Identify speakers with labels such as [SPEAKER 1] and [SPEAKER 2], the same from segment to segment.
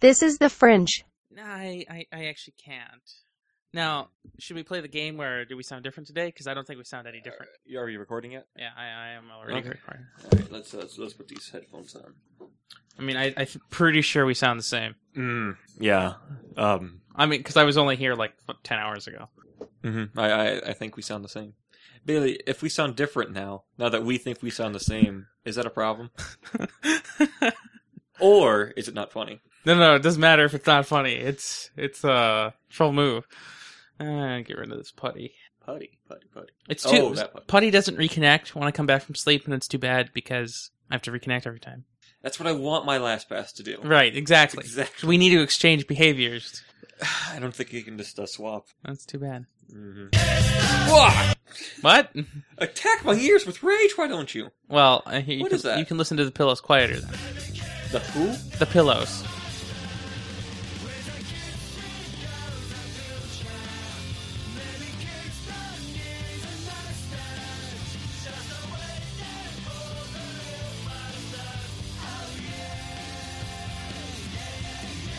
[SPEAKER 1] This is the fringe.
[SPEAKER 2] No, I, I, I actually can't. Now, should we play the game where do we sound different today? Because I don't think we sound any different.
[SPEAKER 3] You are you recording it?
[SPEAKER 2] Yeah, I, I am already
[SPEAKER 3] Okay.
[SPEAKER 2] recording.
[SPEAKER 4] All right, let's, let's let's put these headphones on.
[SPEAKER 2] I mean, I, I'm pretty sure we sound the same.
[SPEAKER 3] Mm, yeah. Um.
[SPEAKER 2] I mean, because I was only here like what, ten hours ago.
[SPEAKER 3] mhm. I, I I think we sound the same. Bailey, if we sound different now, now that we think we sound the same, is that a problem?
[SPEAKER 2] no,
[SPEAKER 3] Or is it not funny?
[SPEAKER 2] no, it doesn't matter if it's not funny. It's it's a uh, troll move. Uh, get rid of this putty.
[SPEAKER 4] Putty, putty, putty.
[SPEAKER 2] It's too
[SPEAKER 4] Oh, that putty.
[SPEAKER 2] putty doesn't reconnect when I come back from sleep, and it's too bad because I have to reconnect every time.
[SPEAKER 4] That's what I want my last pass to do.
[SPEAKER 2] Right, exactly.
[SPEAKER 4] Exactly.
[SPEAKER 2] We need to exchange behaviors.
[SPEAKER 4] I don't think you can just uh, swap.
[SPEAKER 2] That's too bad.
[SPEAKER 4] Mm-hmm.
[SPEAKER 2] What?
[SPEAKER 4] Attack my ears with rage, why don't you?
[SPEAKER 2] Well, I hear you
[SPEAKER 4] What
[SPEAKER 2] can,
[SPEAKER 4] is that?
[SPEAKER 2] You can listen to the pillows quieter then.
[SPEAKER 4] The who?
[SPEAKER 2] The pillows.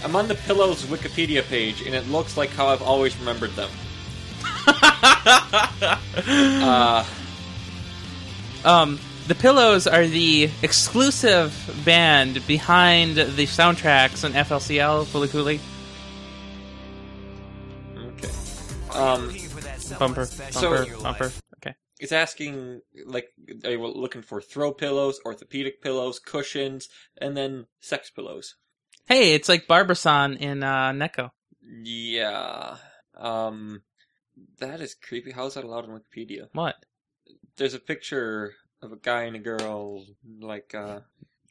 [SPEAKER 4] I'm on the Pillows Wikipedia page, and it looks like how I've always remembered them. Uh,
[SPEAKER 2] um, the pillows are the exclusive band behind the soundtracks on FLCL Fully Cooley.
[SPEAKER 4] okay. Um,
[SPEAKER 2] Bumper, bumper,
[SPEAKER 4] So-
[SPEAKER 2] bumper. Okay.
[SPEAKER 4] it's asking, like, are you looking for throw pillows, orthopedic pillows, cushions, and then sex pillows?
[SPEAKER 2] Hey, it's like Barbasan in uh, Neko.
[SPEAKER 4] Yeah. Um, that is creepy. How is that allowed on Wikipedia?
[SPEAKER 2] What?
[SPEAKER 4] There's a picture of a guy and a girl, like, uh,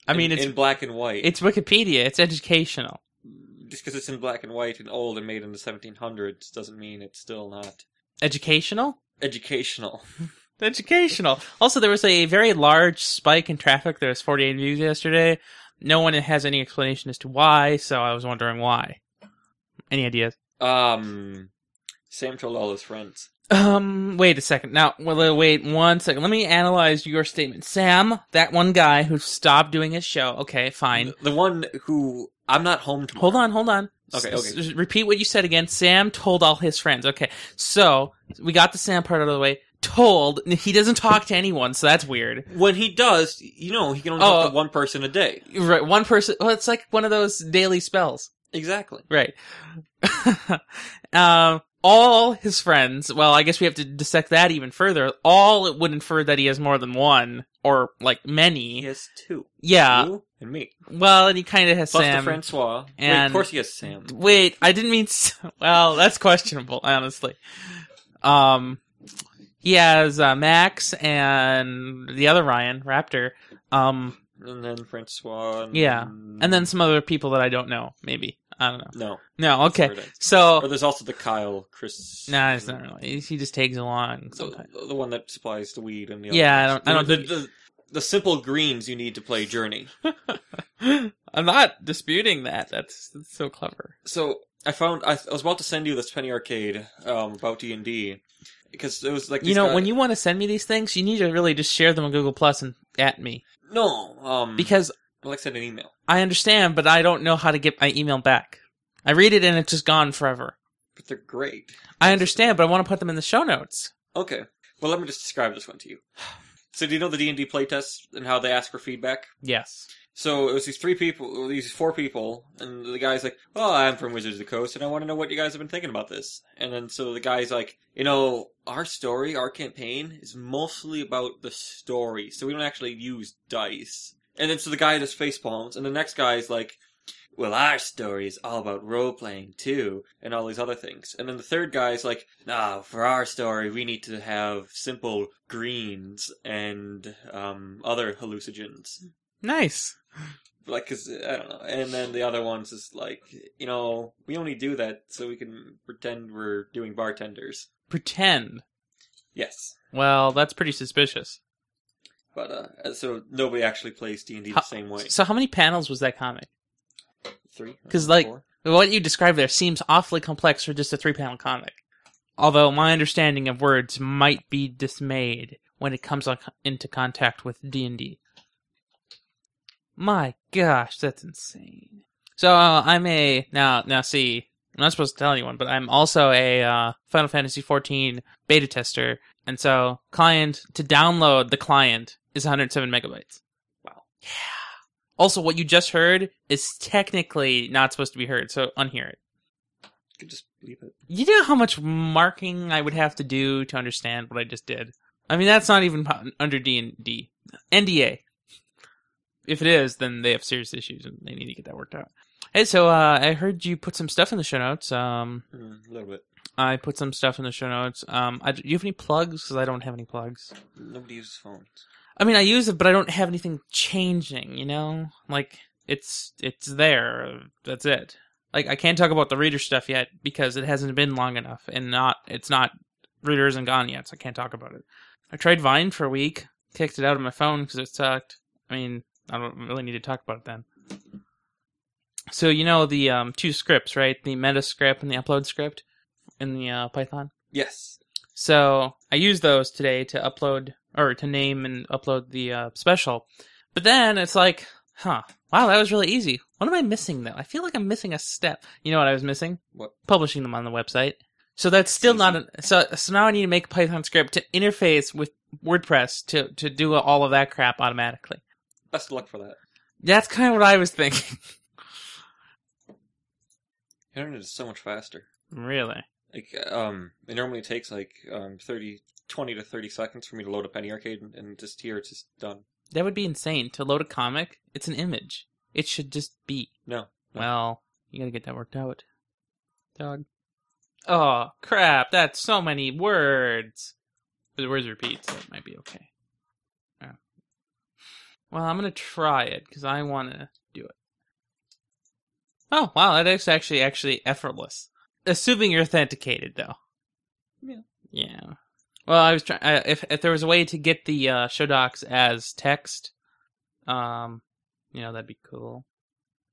[SPEAKER 2] I mean,
[SPEAKER 4] in,
[SPEAKER 2] it's
[SPEAKER 4] in black and white.
[SPEAKER 2] it's Wikipedia. It's educational.
[SPEAKER 4] just because it's in black and white and old and made in the 1700s doesn't mean it's still not
[SPEAKER 2] Educational.
[SPEAKER 4] educational.
[SPEAKER 2] Educational. Also, there was a very large spike in traffic. There was 48 views yesterday. No one has any explanation as to why, so I was wondering why. Any ideas?
[SPEAKER 4] Um, Sam told all his friends.
[SPEAKER 2] Um, wait a second. Now, well, wait one second. Let me analyze your statement. Sam, that one guy who stopped doing his show. Okay, fine.
[SPEAKER 4] The one who I'm not home tomorrow.
[SPEAKER 2] Hold on, hold on.
[SPEAKER 4] Okay,
[SPEAKER 2] S-
[SPEAKER 4] okay.
[SPEAKER 2] s- repeat what you said again. Sam told all his friends. Okay, so we got the Sam part out of the way. Told. He doesn't talk to anyone, so that's weird.
[SPEAKER 4] When he does, you know, he can only
[SPEAKER 2] Oh.
[SPEAKER 4] talk to one person a day.
[SPEAKER 2] Right, one person. Well, it's like one of those daily spells.
[SPEAKER 4] Exactly.
[SPEAKER 2] Right. um, all his friends, well, I guess we have to dissect that even further. All it would infer that he has more than one, or like
[SPEAKER 4] He
[SPEAKER 2] many.
[SPEAKER 4] has two.
[SPEAKER 2] Yeah.
[SPEAKER 4] You and me.
[SPEAKER 2] Well, and he kind of has
[SPEAKER 4] Plus the
[SPEAKER 2] Uh, Sam.
[SPEAKER 4] Francois. Wait,
[SPEAKER 2] and-
[SPEAKER 4] of course he has Sam.
[SPEAKER 2] Wait, I didn't mean. s- Well, that's questionable, honestly. Um, he has uh, Max and the other Ryan Raptor. Um,
[SPEAKER 4] And then Francois. And,
[SPEAKER 2] Yeah. and then some other people that I don't know. Maybe I don't know.
[SPEAKER 4] No.
[SPEAKER 2] No,
[SPEAKER 4] that's
[SPEAKER 2] okay.
[SPEAKER 4] where it ends.
[SPEAKER 2] So
[SPEAKER 4] Or there's also the Kyle, Chris.
[SPEAKER 2] No, it's not really. He just tags along
[SPEAKER 4] The,
[SPEAKER 2] sometimes.
[SPEAKER 4] the one that supplies the weed and the
[SPEAKER 2] Yeah, I
[SPEAKER 4] other
[SPEAKER 2] don't- I
[SPEAKER 4] ones.
[SPEAKER 2] don't
[SPEAKER 4] the, the, the simple greens you need to play Journey.
[SPEAKER 2] I'm not disputing that. That's, that's so clever.
[SPEAKER 4] So I found I, I was about to send you this Penny Arcade um, about D and D because it was like
[SPEAKER 2] You
[SPEAKER 4] these
[SPEAKER 2] know,
[SPEAKER 4] guy-
[SPEAKER 2] when you want to send me these things, you need to really just share them on Google Plus and at me
[SPEAKER 4] no um
[SPEAKER 2] because
[SPEAKER 4] Alex sent an email.
[SPEAKER 2] I understand, but I don't know how to get my email back. I read it and it's just gone forever.
[SPEAKER 4] But they're great.
[SPEAKER 2] I understand, but I want to put them in the show notes.
[SPEAKER 4] Okay, well let me just describe this one to you. So do you know the D and D playtest and how they ask for feedback?
[SPEAKER 2] Yes.
[SPEAKER 4] So it was these three people, these four people, and the guy's like, "Oh, I'm from Wizards of the Coast, and I want to know what you guys have been thinking about this." And then so the guy's like, "You know, our story, our campaign is mostly about the story, so we don't actually use dice." And then so the guy just face palms, and the next guy's like, "Well, our story is all about role playing too, and all these other things." And then the third guy's like, "Nah, for our story, we need to have simple greens and um, other hallucinogens."
[SPEAKER 2] Nice.
[SPEAKER 4] like because I don't know. And then the other one's just like, you know, we only do that so we can pretend we're doing bartenders.
[SPEAKER 2] Pretend.
[SPEAKER 4] Yes,
[SPEAKER 2] Well, that's pretty suspicious.
[SPEAKER 4] but uh, so nobody actually plays D and D
[SPEAKER 2] How-
[SPEAKER 4] the same way.
[SPEAKER 2] So, how many panels was that comic?
[SPEAKER 4] Three, Uh,
[SPEAKER 2] 'Cause, like-
[SPEAKER 4] Four?
[SPEAKER 2] What you described there seems awfully complex for just a three panel comic. Although my understanding of words might be dismayed when it comes on, into contact with D and D. My gosh, that's insane. So uh, I'm a now now see I'm not supposed to tell anyone, but I'm also a uh, Final Fantasy 14 beta tester, and so client to download the client is 107 megabytes.
[SPEAKER 4] Wow.
[SPEAKER 2] Yeah. Also, what you just heard is technically not supposed to be heard, so unhear it.
[SPEAKER 4] You could just leave it.
[SPEAKER 2] You know how much marking I would have to do to understand what I just did. I mean, that's not even po- under D and D NDA. If it is, then they have serious issues and they need to get that worked out. Hey, so uh, I heard you put some stuff in the show notes. Um,
[SPEAKER 4] Mm, a little bit.
[SPEAKER 2] I put some stuff in the show notes. Um, I, do you have any plugs? Because I don't have any plugs.
[SPEAKER 4] Nobody uses phones.
[SPEAKER 2] I mean, I use it, but I don't have anything changing. You know, like it's it's there. That's it. Like I can't talk about the reader stuff yet because it hasn't been long enough, and not it's not reader isn't gone yet, so I can't talk about it. I tried Vine for a week, kicked it out of my phone because it sucked. I mean, I don't really need to talk about it then. So you know the um, two scripts, right? The meta script and the upload script in the uh, Python.
[SPEAKER 4] Yes.
[SPEAKER 2] So I used those today to upload or to name and upload the uh, special. But then it's like, huh, wow, that was really easy. What am I missing though? I feel like I'm missing a step. You know what I was missing?
[SPEAKER 4] What?
[SPEAKER 2] Publishing them on the website. So that's still not an, so. So now I need to make a Python script to interface with WordPress to to do all of that crap automatically.
[SPEAKER 4] Best of luck for that.
[SPEAKER 2] That's kind of what I was thinking.
[SPEAKER 4] Internet is so much faster.
[SPEAKER 2] really?
[SPEAKER 4] Like, um, it normally takes like um 30, 20 to thirty seconds for me to load a penny arcade, and, and just here it's just done.
[SPEAKER 2] That would be insane to load a comic. It's an image. It should just be.
[SPEAKER 4] No.
[SPEAKER 2] Well, you gotta get that worked out, dog. Oh crap! That's so many words. But the words repeat, so it might be okay. Yeah. Well, I'm gonna try it because I want to do it. Oh wow, that is actually actually effortless. Assuming you're authenticated, though.
[SPEAKER 4] Yeah.
[SPEAKER 2] Yeah. Well, I was trying. If if there was a way to get the uh, show docs as text, um, you know that'd be cool.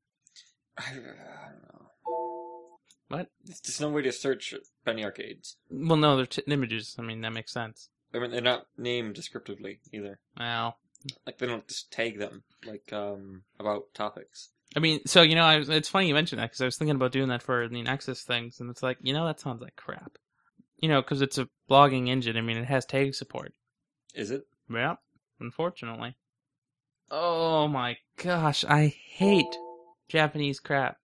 [SPEAKER 4] I, I don't know.
[SPEAKER 2] What?
[SPEAKER 4] There's just no way to search penny arcades.
[SPEAKER 2] Well, no, they're t- images. I mean, that makes sense.
[SPEAKER 4] I mean, they're not named descriptively either.
[SPEAKER 2] Well,
[SPEAKER 4] Like they don't just tag them like um about topics.
[SPEAKER 2] I mean, so you know, I was, it's funny you mentioned that because I was thinking about doing that for the Nexus things, and it's like, you know, that sounds like crap. You know, because it's a blogging engine. I mean, it has tag support.
[SPEAKER 4] Is it?
[SPEAKER 2] Yeah, unfortunately. Oh my gosh, I hate Japanese crap.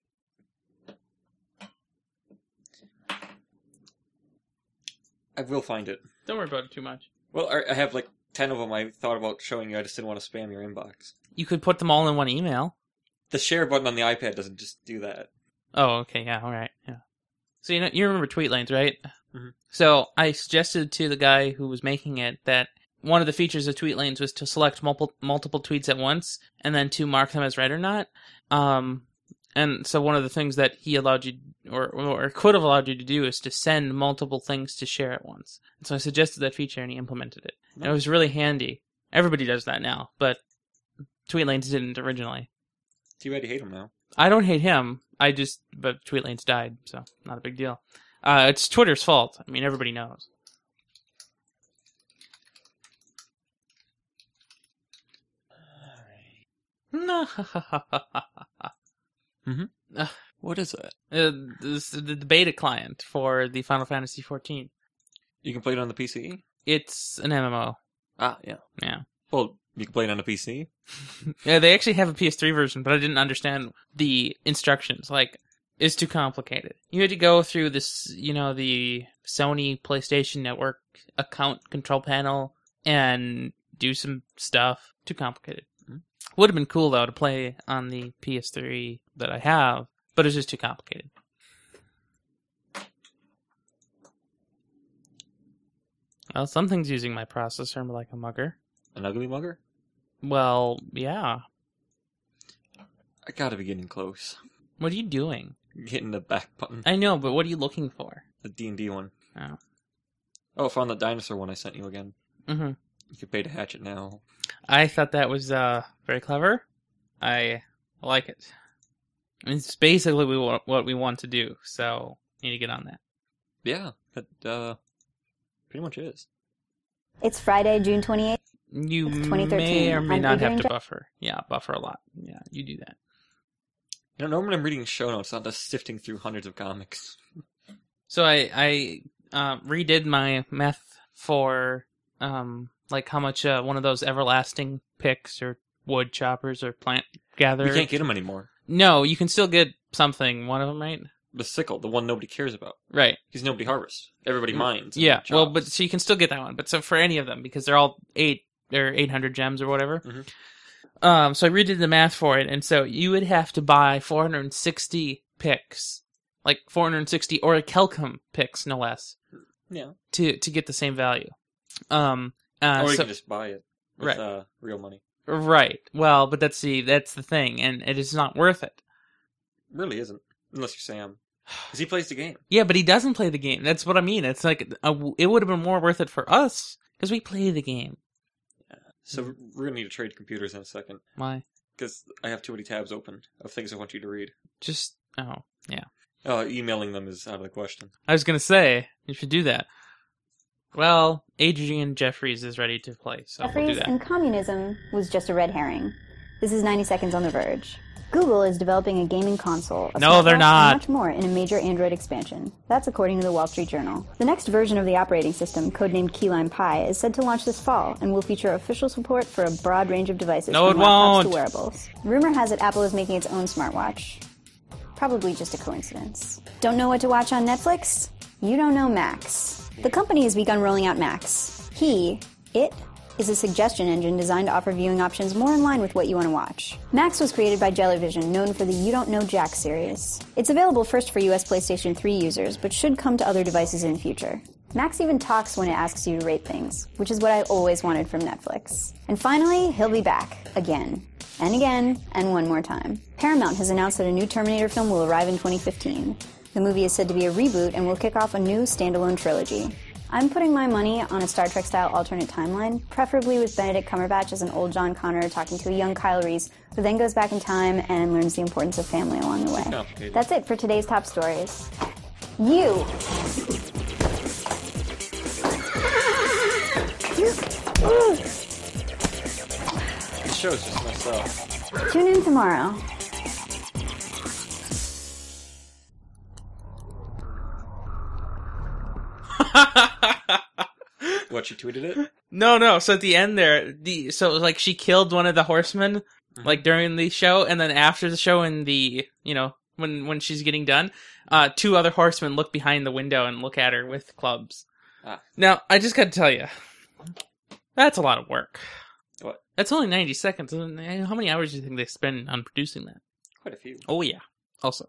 [SPEAKER 4] I will find it.
[SPEAKER 2] Don't worry about it too much.
[SPEAKER 4] Well, I- I have like ten of them. I thought about showing you. I just didn't want to spam your inbox.
[SPEAKER 2] You could put them all in one email.
[SPEAKER 4] The share button on the iPad doesn't just do that.
[SPEAKER 2] Oh, okay, yeah, all right, yeah. So you know, you remember Tweetlanes, right?
[SPEAKER 4] Mhm.
[SPEAKER 2] So I suggested to the guy who was making it that one of the features of Tweetlanes was to select multiple multiple tweets at once and then to mark them as read or not. Um, and so one of the things that he allowed you or or could have allowed you to do is to send multiple things to share at once. And so I suggested that feature and he implemented it. And it was really handy. Everybody does that now, but Tweetlanes didn't originally.
[SPEAKER 4] Too bad you hate them now.
[SPEAKER 2] I don't hate him. I just, but Tweetlane's died, so not a big deal. Uh, it's Twitter's fault. I mean, everybody knows. Uh,
[SPEAKER 3] What is that?
[SPEAKER 2] Uh, this, the the beta client for the Final Fantasy XIV.
[SPEAKER 4] You can play it on the PC.
[SPEAKER 2] It's an MMO.
[SPEAKER 3] Ah, yeah.
[SPEAKER 4] Well, you can play it on a PC.
[SPEAKER 2] Yeah, they actually have a PS3 version, but I didn't understand the instructions. Like, it's too complicated. You had to go through this, you know, the Sony PlayStation Network account control panel and do some stuff. Too complicated.
[SPEAKER 4] Mhm.
[SPEAKER 2] Would have been cool though to play on the PS3 that I have, but it's just too complicated. Well, something's using my processor like a mugger.
[SPEAKER 4] An ugly mugger.
[SPEAKER 2] Well, yeah.
[SPEAKER 4] I gotta be getting close.
[SPEAKER 2] What are you doing?
[SPEAKER 4] Getting the back button.
[SPEAKER 2] I know, but what are you looking for?
[SPEAKER 4] The D and D one.
[SPEAKER 2] Oh.
[SPEAKER 4] Oh, I found the dinosaur one I sent you again.
[SPEAKER 2] hmm
[SPEAKER 4] You can pay to hatch it now.
[SPEAKER 2] I thought that was uh, very clever. I like it. It's basically we wa- what we want to do, so need to get on that.
[SPEAKER 4] Yeah, that uh, pretty much is.
[SPEAKER 1] It's Friday, June 28th.
[SPEAKER 2] You
[SPEAKER 1] It's
[SPEAKER 2] may
[SPEAKER 1] 2013.
[SPEAKER 2] or may
[SPEAKER 1] I'm
[SPEAKER 2] not have
[SPEAKER 1] figuring
[SPEAKER 2] to
[SPEAKER 1] it-
[SPEAKER 2] buffer. Yeah, buffer a lot. Yeah, you do that.
[SPEAKER 4] You know, normally I'm reading show notes, not just sifting through hundreds of comics.
[SPEAKER 2] So I I uh, redid my math for um like how much uh, one of those everlasting picks or wood choppers or plant
[SPEAKER 4] We
[SPEAKER 2] gatherers.
[SPEAKER 4] can't get them anymore.
[SPEAKER 2] No, you can still get something. One of them, right?
[SPEAKER 4] The sickle, the one nobody cares about,
[SPEAKER 2] Right.
[SPEAKER 4] because nobody harvests. Everybody mines. and
[SPEAKER 2] Mm, yeah. Well,
[SPEAKER 4] chops.
[SPEAKER 2] but so you can still get that one. But so for any of them, because they're all eight or eight hundred gems or whatever.
[SPEAKER 4] Mhm.
[SPEAKER 2] Um. So I redid the math for it, and so you would have to buy four hundred and sixty picks, like four hundred and sixty or a Kelcom picks, no less.
[SPEAKER 4] Yeah.
[SPEAKER 2] To to get the same value. Um. Uh,
[SPEAKER 4] or you
[SPEAKER 2] so-
[SPEAKER 4] can just buy it with
[SPEAKER 2] Right.
[SPEAKER 4] uh, real money.
[SPEAKER 2] Right. Well, but that's the that's the thing, and it is not worth it.
[SPEAKER 4] Really isn't, unless you're Sam, because he plays the game.
[SPEAKER 2] Yeah, but he doesn't play the game. That's what I mean. It's like uh, it would have been more worth it for us because we play the game.
[SPEAKER 4] So
[SPEAKER 2] Mm.
[SPEAKER 4] we're gonna need to trade computers in a second,
[SPEAKER 2] Why?
[SPEAKER 4] because I have too many tabs open of things I want you to read.
[SPEAKER 2] Just oh yeah.
[SPEAKER 4] Uh, emailing them is out of the question.
[SPEAKER 2] I was gonna say you should do that. Well, Adrian Jeffries is ready to play, so we'll
[SPEAKER 1] Jeffries
[SPEAKER 2] do that.
[SPEAKER 1] and communism was just a red herring. This is 90 Seconds on the Verge. Google is developing a gaming console. a
[SPEAKER 2] No, they're
[SPEAKER 1] smartwatch, and
[SPEAKER 2] not.
[SPEAKER 1] Much more in a major Android expansion. That's according to the Wall Street Journal. The next version of the operating system, codenamed Key Lime Pie, is said to launch this fall and will feature official support for a broad range of devices
[SPEAKER 2] No,
[SPEAKER 1] from
[SPEAKER 2] it
[SPEAKER 1] laptops
[SPEAKER 2] won't.
[SPEAKER 1] to wearables. Rumor has it Apple is making its own smartwatch. Probably just a coincidence. Don't know what to watch on Netflix? You don't know Max. The company has begun rolling out Max. He, it, is a suggestion engine designed to offer viewing options more in line with what you want to watch. Max was created by Jellyvision, known for the You Don't Know Jack series. It's available first for US PlayStation 3 users, but should come to other devices in future. Max even talks when it asks you to rate things, which is what I always wanted from Netflix. And finally, he'll be back again. And again, and one more time. Paramount has announced that a new Terminator film will arrive in 2015. The movie is said to be a reboot and will kick off a new standalone trilogy. I'm putting my money on a Star Trek style alternate timeline, preferably with Benedict Cumberbatch as an old John Connor talking to a young Kyle Reese, who then goes back in time and learns the importance of family along the way.
[SPEAKER 4] Complicated.
[SPEAKER 1] That's it for today's top stories. You!
[SPEAKER 4] The show's uh, just messed up.
[SPEAKER 1] Tune in tomorrow.
[SPEAKER 4] What she tweeted it?
[SPEAKER 2] No, no. So at the end there, the so like she killed one of the horsemen
[SPEAKER 4] Mm-hmm.
[SPEAKER 2] like during the show, and then after the show, in the you know when when she's getting done, uh, two other horsemen look behind the window and look at her with clubs.
[SPEAKER 4] Ah.
[SPEAKER 2] Now I just got to tell you, that's a lot of work.
[SPEAKER 4] What?
[SPEAKER 2] That's only ninety seconds. and How many hours do you think they spend on producing that?
[SPEAKER 4] Quite a few.
[SPEAKER 2] Oh yeah. Also.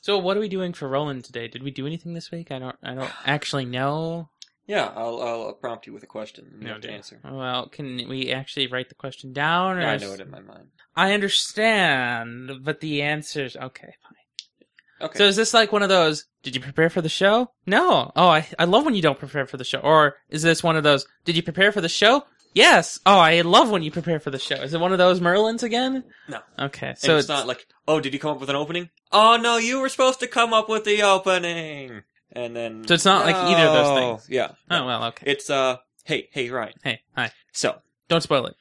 [SPEAKER 2] So what are we doing for Roland today? Did we do anything this week? I don't. I don't actually know.
[SPEAKER 4] Yeah, I'll I'll prompt you with a question. And you
[SPEAKER 2] No
[SPEAKER 4] have to
[SPEAKER 2] idea.
[SPEAKER 4] answer.
[SPEAKER 2] Well, can we actually write the question down? Or
[SPEAKER 4] I
[SPEAKER 2] is-
[SPEAKER 4] know it in my mind.
[SPEAKER 2] I understand, but the answers. Okay, fine.
[SPEAKER 4] Okay.
[SPEAKER 2] So is this like one of those? Did you prepare for the show? No. Oh, I I love when you don't prepare for the show. Or is this one of those? Did you prepare for the show? Yes. Oh, I love when you prepare for the show. Is it one of those Merlins again?
[SPEAKER 4] No.
[SPEAKER 2] Okay.
[SPEAKER 4] And
[SPEAKER 2] So
[SPEAKER 4] it's, not like, oh, did you come up with an opening? Oh no, you were supposed to come up with the opening. And then
[SPEAKER 2] So it's not like either of those
[SPEAKER 4] No.
[SPEAKER 2] things.
[SPEAKER 4] Yeah.
[SPEAKER 2] Oh well. Okay.
[SPEAKER 4] It's uh hey, hey Ryan.
[SPEAKER 2] Hey. Hi.
[SPEAKER 4] So
[SPEAKER 2] Don't spoil it.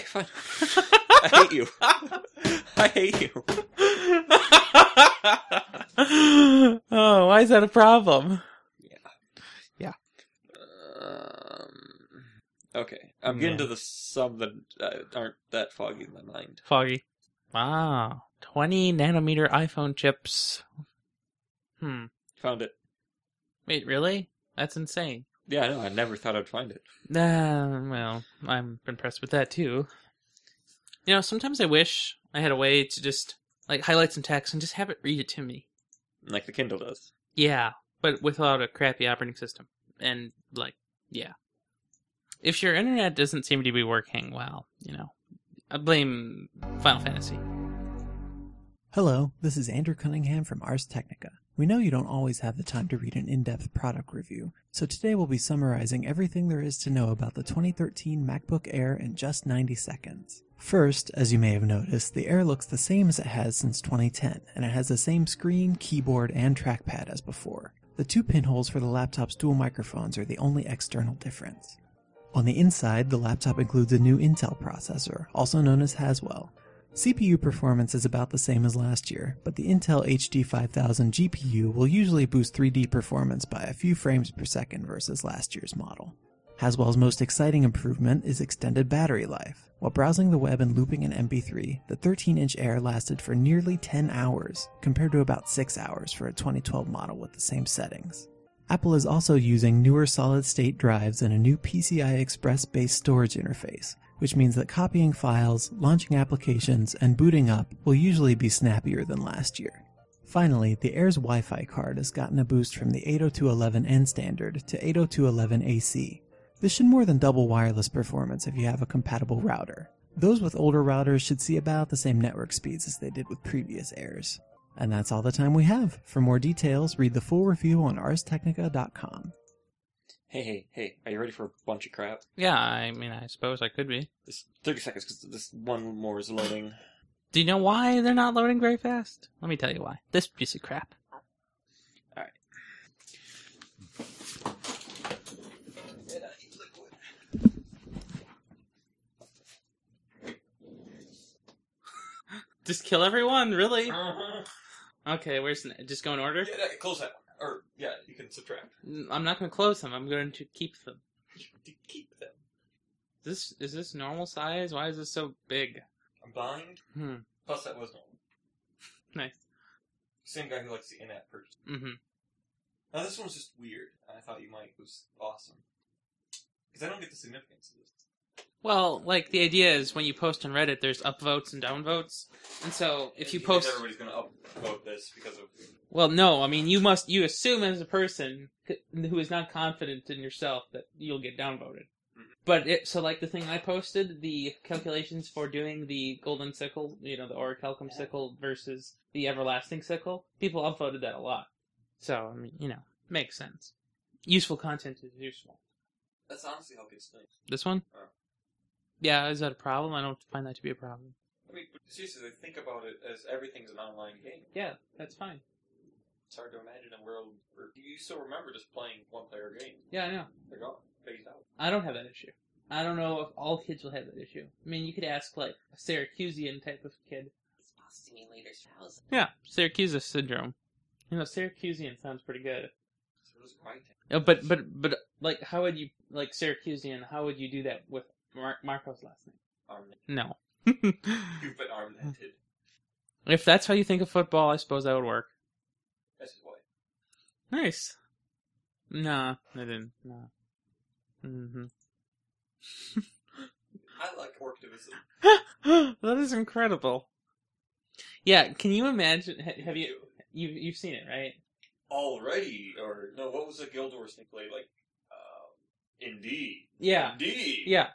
[SPEAKER 4] fine. I hate you. I hate you.
[SPEAKER 2] oh, why is that a problem?
[SPEAKER 4] Um, okay. I'm getting
[SPEAKER 2] Yeah.
[SPEAKER 4] to the some that uh, aren't that foggy in my mind.
[SPEAKER 2] Foggy. Wow. 20 nanometer iPhone chips. Hmm.
[SPEAKER 4] Found it.
[SPEAKER 2] Wait, really? That's insane.
[SPEAKER 4] Yeah, I know, I never thought I'd find it.
[SPEAKER 2] Uh, well, I'm impressed with that too. You know, sometimes I wish I had a way to just, like, highlight some text and just have it read it to me.
[SPEAKER 4] Like the Kindle does.
[SPEAKER 2] Yeah, but without a crappy operating system. And, like, yeah. If your internet doesn't seem to be working well, you know, I blame Final Fantasy.
[SPEAKER 5] Hello, this is Andrew Cunningham from Ars Technica. We know you don't always have the time to read an in depth product review, so today we'll be summarizing everything there is to know about the 2013 MacBook Air in just 90 seconds. First, as you may have noticed, the Air looks the same as it has since 2010, and it has the same screen, keyboard, and trackpad as before. The two pinholes for the laptop's dual microphones are the only external difference. On the inside, the laptop includes a new Intel processor, also known as Haswell. CPU performance is about the same as last year, but the Intel HD 5000 GPU will usually boost 3D performance by a few frames per second versus last year's model. Haswell's most exciting improvement is extended battery life. While browsing the web and looping an MP3, the 13 inch Air lasted for nearly 10 hours, compared to about 6 hours for a 2012 model with the same settings. Apple is also using newer solid state drives and a new PCI Express based storage interface, which means that copying files, launching applications, and booting up will usually be snappier than last year. Finally, the Air's Wi Fi card has gotten a boost from the 802.11n standard to 802.11ac. This should more than double wireless performance if you have a compatible router. Those with older routers should see about the same network speeds as they did with previous Airs. And that's all the time we have. For more details, read the full review on arstechnica.com.
[SPEAKER 4] Hey, hey, hey, are you ready for a bunch of crap?
[SPEAKER 2] Yeah, I mean, I suppose I could be.
[SPEAKER 4] This 30 seconds because this one more is loading.
[SPEAKER 2] Do you know why they're not loading very fast? Let me tell you why. This piece of crap. Just kill everyone, really?
[SPEAKER 4] uh-huh.
[SPEAKER 2] Okay, where's the- just go in order?
[SPEAKER 4] Yeah, yeah, close that one. Or, yeah, you can subtract.
[SPEAKER 2] N- I'm not going to close them. I'm going to keep them.
[SPEAKER 4] Keep them.
[SPEAKER 2] This is this normal size? Why is this so big?
[SPEAKER 4] Combined,
[SPEAKER 2] Hmm.
[SPEAKER 4] plus that was normal.
[SPEAKER 2] Nice.
[SPEAKER 4] Same guy who likes the in-app purchase.
[SPEAKER 2] hmm
[SPEAKER 4] Now this one's just weird, and I thought you might. It was awesome. Because I don't get the significance of this.
[SPEAKER 2] Well, like the idea is when you post on Reddit, there's upvotes and downvotes, and so if
[SPEAKER 4] And
[SPEAKER 2] you
[SPEAKER 4] means
[SPEAKER 2] post,
[SPEAKER 4] everybody's going to upvote this because of.
[SPEAKER 2] well, no, I mean you must you assume as a person c- who is not confident in yourself that you'll get downvoted. But it, so like the thing I posted, the calculations for doing the golden sickle, you know, the orichalcum sickle versus the everlasting sickle, people upvoted that a lot. So I mean, you know, makes sense. Useful content is useful.
[SPEAKER 4] That's honestly how it gets done.
[SPEAKER 2] This one?
[SPEAKER 4] Oh.
[SPEAKER 2] Yeah, is that a problem? I don't find that to be a problem.
[SPEAKER 4] I mean, but seriously, they think about it as everything's an online game.
[SPEAKER 2] Yeah, that's fine.
[SPEAKER 4] It's hard to imagine a world where you still remember just playing one-player games.
[SPEAKER 2] Yeah, I know.
[SPEAKER 4] They're gone, phased out.
[SPEAKER 2] I don't have that issue. I don't know if all kids will have that issue. I mean, you could ask like a Syracusian type of kid.
[SPEAKER 6] Baseball simulators for housing.
[SPEAKER 2] Yeah, Syracuse syndrome. You know, Syracusian sounds pretty good.
[SPEAKER 4] So does Crytek.
[SPEAKER 2] Uh, But but but like, how would you like Syracusian? How would you do that with Mar- Marco's last
[SPEAKER 4] Arm-
[SPEAKER 2] name? No.
[SPEAKER 4] You've been arm-netted.
[SPEAKER 2] if that's how you think of football, I suppose that would work.
[SPEAKER 4] That's his wife.
[SPEAKER 2] Nice. Nah, I didn't. Nah. hmm
[SPEAKER 4] I like Orktivism.
[SPEAKER 2] that is incredible. Yeah, can you imagine? ha- Have you you you've seen it, right?
[SPEAKER 4] Already, or no? What was the Guild Wars thing played like? Um, indeed,
[SPEAKER 2] Yeah,
[SPEAKER 4] indeed,
[SPEAKER 2] yeah.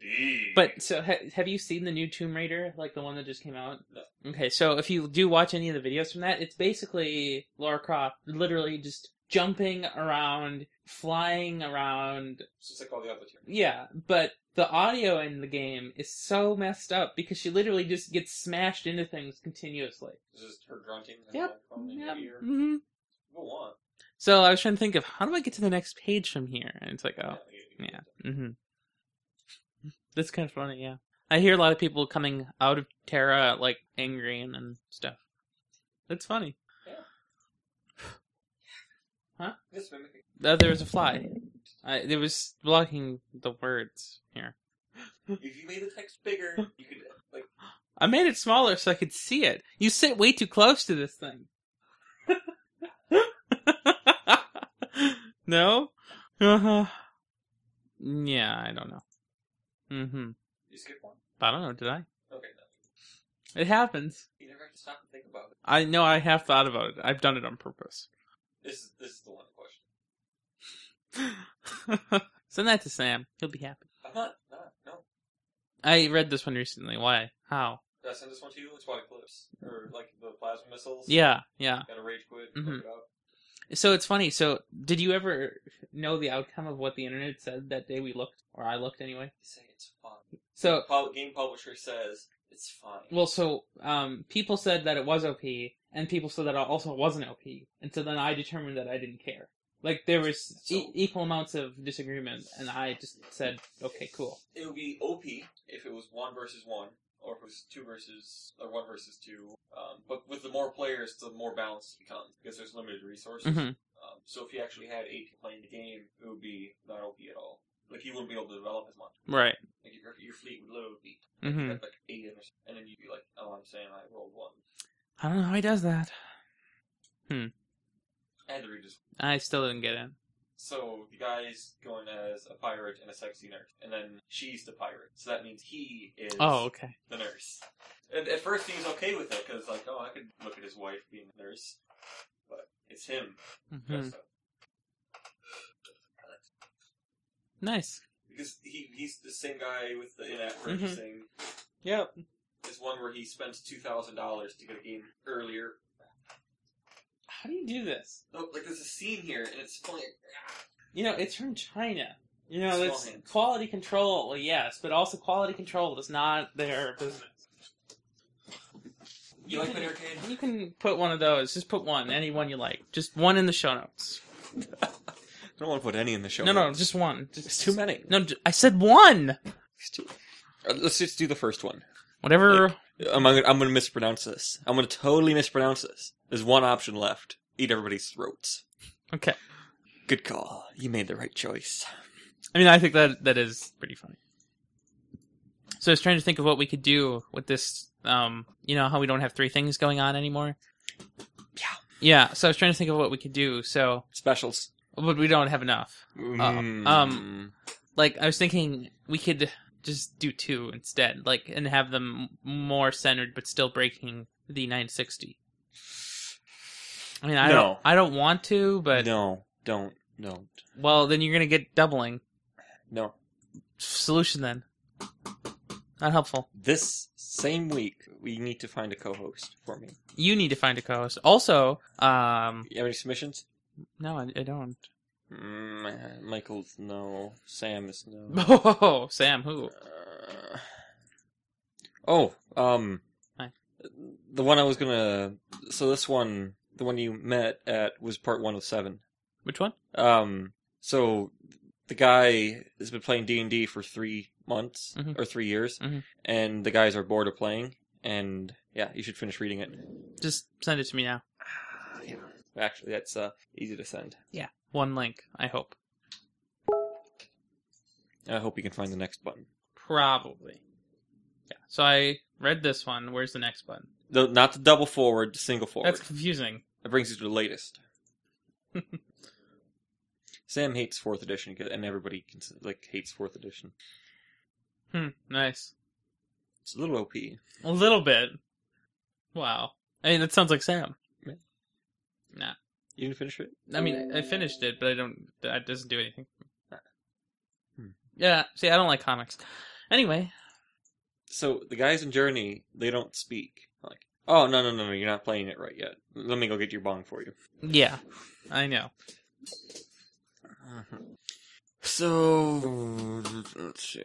[SPEAKER 4] indeed.
[SPEAKER 2] But so ha- have you seen the new Tomb Raider, like the one that just came out?
[SPEAKER 4] No.
[SPEAKER 2] Okay, so if you do watch any of the videos from that, it's basically Lara Croft literally just jumping around, flying around.
[SPEAKER 4] it's just like all the other two.
[SPEAKER 2] Yeah, but the audio in the game is so messed up because she literally just gets smashed into things continuously.
[SPEAKER 4] It's just her grunting. and
[SPEAKER 2] Yep, Oh.
[SPEAKER 4] like foaming at the ear.
[SPEAKER 2] hmm
[SPEAKER 4] Go on.
[SPEAKER 2] So I was trying to think of how do I get to the next page from here, and it's like, oh, yeah, hmm that's kind of funny. Yeah, I hear a lot of people coming out of Terra like angry and, and stuff. That's funny.
[SPEAKER 4] This mimicking.
[SPEAKER 2] Uh, there was a fly. I, it was blocking the words here.
[SPEAKER 4] If you made the text bigger, you could like.
[SPEAKER 2] I made it smaller so I could see it. You sit way too close to this thing. no? Uh huh. Yeah, I don't know. Mm hmm.
[SPEAKER 4] You skip one.
[SPEAKER 2] I don't know, did I?
[SPEAKER 4] Okay, no.
[SPEAKER 2] It happens.
[SPEAKER 4] You never have to stop and think about it.
[SPEAKER 2] I know I have thought about it. I've done it on purpose.
[SPEAKER 4] This is this is the one question.
[SPEAKER 2] Send that to Sam. He'll be happy.
[SPEAKER 4] I'm not. Not no.
[SPEAKER 2] I read this one recently. Why? How?
[SPEAKER 4] Did I send this one to you? It's about eclipse or like the plasma missiles.
[SPEAKER 2] Yeah, yeah.
[SPEAKER 4] Got to rage quit.
[SPEAKER 2] Mhm.
[SPEAKER 4] Look it up.
[SPEAKER 2] So it's funny. So did you ever know the outcome of what the internet said that day we looked, or I looked anyway?
[SPEAKER 4] They say it's fun.
[SPEAKER 2] So
[SPEAKER 4] Pub- game publisher says it's fine.
[SPEAKER 2] well, so um, people said that it was OP, and people said that it also wasn't OP, and so then I determined that I didn't care. Like there was e-
[SPEAKER 4] So-
[SPEAKER 2] equal amounts of disagreement, and I just said, okay, cool.
[SPEAKER 4] it would be OP if it was one versus one or if it was two versus or one versus two. Um, but with the more players, the more balanced it becomes because there's limited resources.
[SPEAKER 2] hmm
[SPEAKER 4] Um, so if you actually had eight people playing the game, it would be not OP at all. Like you wouldn't be able to develop as much.
[SPEAKER 2] Right.
[SPEAKER 4] Like your, your fleet would literally be
[SPEAKER 2] hmm
[SPEAKER 4] like eight, in or something, and then you'd be like, "Oh, I'm saying I rolled one."
[SPEAKER 2] I don't know how he does that.
[SPEAKER 4] I had to read this.
[SPEAKER 2] I still didn't get it.
[SPEAKER 4] So the guy's going as a pirate and a sexy nurse, and then she's the pirate. So that means he is
[SPEAKER 2] Oh, okay.
[SPEAKER 4] the nurse. And at first he's okay with it because like, oh, I could look at his wife being a nurse, but it's him
[SPEAKER 2] hmm
[SPEAKER 4] dressed up.
[SPEAKER 2] Nice.
[SPEAKER 4] because he he's the same guy with the inappropriate
[SPEAKER 2] Mhm.
[SPEAKER 4] thing.
[SPEAKER 2] Yep.
[SPEAKER 4] There's one where he spends two thousand dollars to get a game earlier.
[SPEAKER 2] How do you do this?
[SPEAKER 4] Oh, like there's a scene here, and it's funny. ah,
[SPEAKER 2] You know, it's from China. You know,
[SPEAKER 4] Small
[SPEAKER 2] it's
[SPEAKER 4] hands.
[SPEAKER 2] quality control, well, yes, but also quality control is not their business.
[SPEAKER 4] You like that arcade?
[SPEAKER 2] You can put one of those. Just put one, any one you like. Just one in the show notes.
[SPEAKER 4] I don't want to put any in the show.
[SPEAKER 2] No, no, just one. Just,
[SPEAKER 4] It's too many.
[SPEAKER 2] No, j- I said one.
[SPEAKER 4] It's too- Uh, Let's just do the first one.
[SPEAKER 2] Whatever.
[SPEAKER 4] I'm gonna, I'm gonna mispronounce this. I'm gonna totally mispronounce this. There's one option left: eat everybody's throats.
[SPEAKER 2] Okay.
[SPEAKER 4] Good call. You made the right choice.
[SPEAKER 2] I mean, I think that that is pretty funny. So I was trying to think of what we could do with this. Um, you know how we don't have three things going on anymore.
[SPEAKER 4] Yeah.
[SPEAKER 2] Yeah. So I was trying to think of what we could do. So,
[SPEAKER 4] Specials.
[SPEAKER 2] but we don't have enough.
[SPEAKER 4] Mm.
[SPEAKER 2] Uh, um, Like I was thinking, we could just do two instead, like, and have them m- more centered, but still breaking the 960. I mean, I
[SPEAKER 4] No.
[SPEAKER 2] don't, I don't want to, but
[SPEAKER 4] no, don't, don't,
[SPEAKER 2] well, then you're gonna get doubling
[SPEAKER 4] no.
[SPEAKER 2] solution then. Not helpful.
[SPEAKER 4] This same week, we need to find a co-host for me.
[SPEAKER 2] You need to find a co-host. Also, um,
[SPEAKER 4] You have any submissions?
[SPEAKER 2] no, I, I don't.
[SPEAKER 4] Mm, Michael's no. Sam is no.
[SPEAKER 2] Oh, Sam, who?
[SPEAKER 4] Uh, oh, um,
[SPEAKER 2] Hi.
[SPEAKER 4] the one I was gonna. So this one, the one you met at, was part one of seven.
[SPEAKER 2] Which one?
[SPEAKER 4] Um, so the guy has been playing D and D for three months
[SPEAKER 2] Mhm.
[SPEAKER 4] or three years,
[SPEAKER 2] Mhm.
[SPEAKER 4] and the guys are bored of playing. And yeah, you should finish reading it.
[SPEAKER 2] Just send it to me now.
[SPEAKER 4] Yeah. Actually, that's uh, easy to send.
[SPEAKER 2] One link, I hope.
[SPEAKER 4] I hope you can find the next button.
[SPEAKER 2] Probably. Yeah. So I read this one. Where's the next button?
[SPEAKER 4] No, not the double forward, the single forward.
[SPEAKER 2] That's confusing.
[SPEAKER 4] That brings you to the latest. Sam hates fourth edition, 'cause- and everybody can, like hates fourth edition.
[SPEAKER 2] Hmm. Nice.
[SPEAKER 4] It's a little OP.
[SPEAKER 2] A little bit. Wow. I mean, that sounds like Sam.
[SPEAKER 4] Yeah.
[SPEAKER 2] Nah.
[SPEAKER 4] You didn't finish it.
[SPEAKER 2] I mean, I I finished it, but I don't. That doesn't do anything.
[SPEAKER 4] Hmm.
[SPEAKER 2] Yeah. See, I don't like comics. Anyway.
[SPEAKER 4] so the guys in Journey, they don't speak. Like, oh no no no no, you're not playing it right yet. Let me go get your bong for you.
[SPEAKER 2] Yeah. I know.
[SPEAKER 4] So let's see.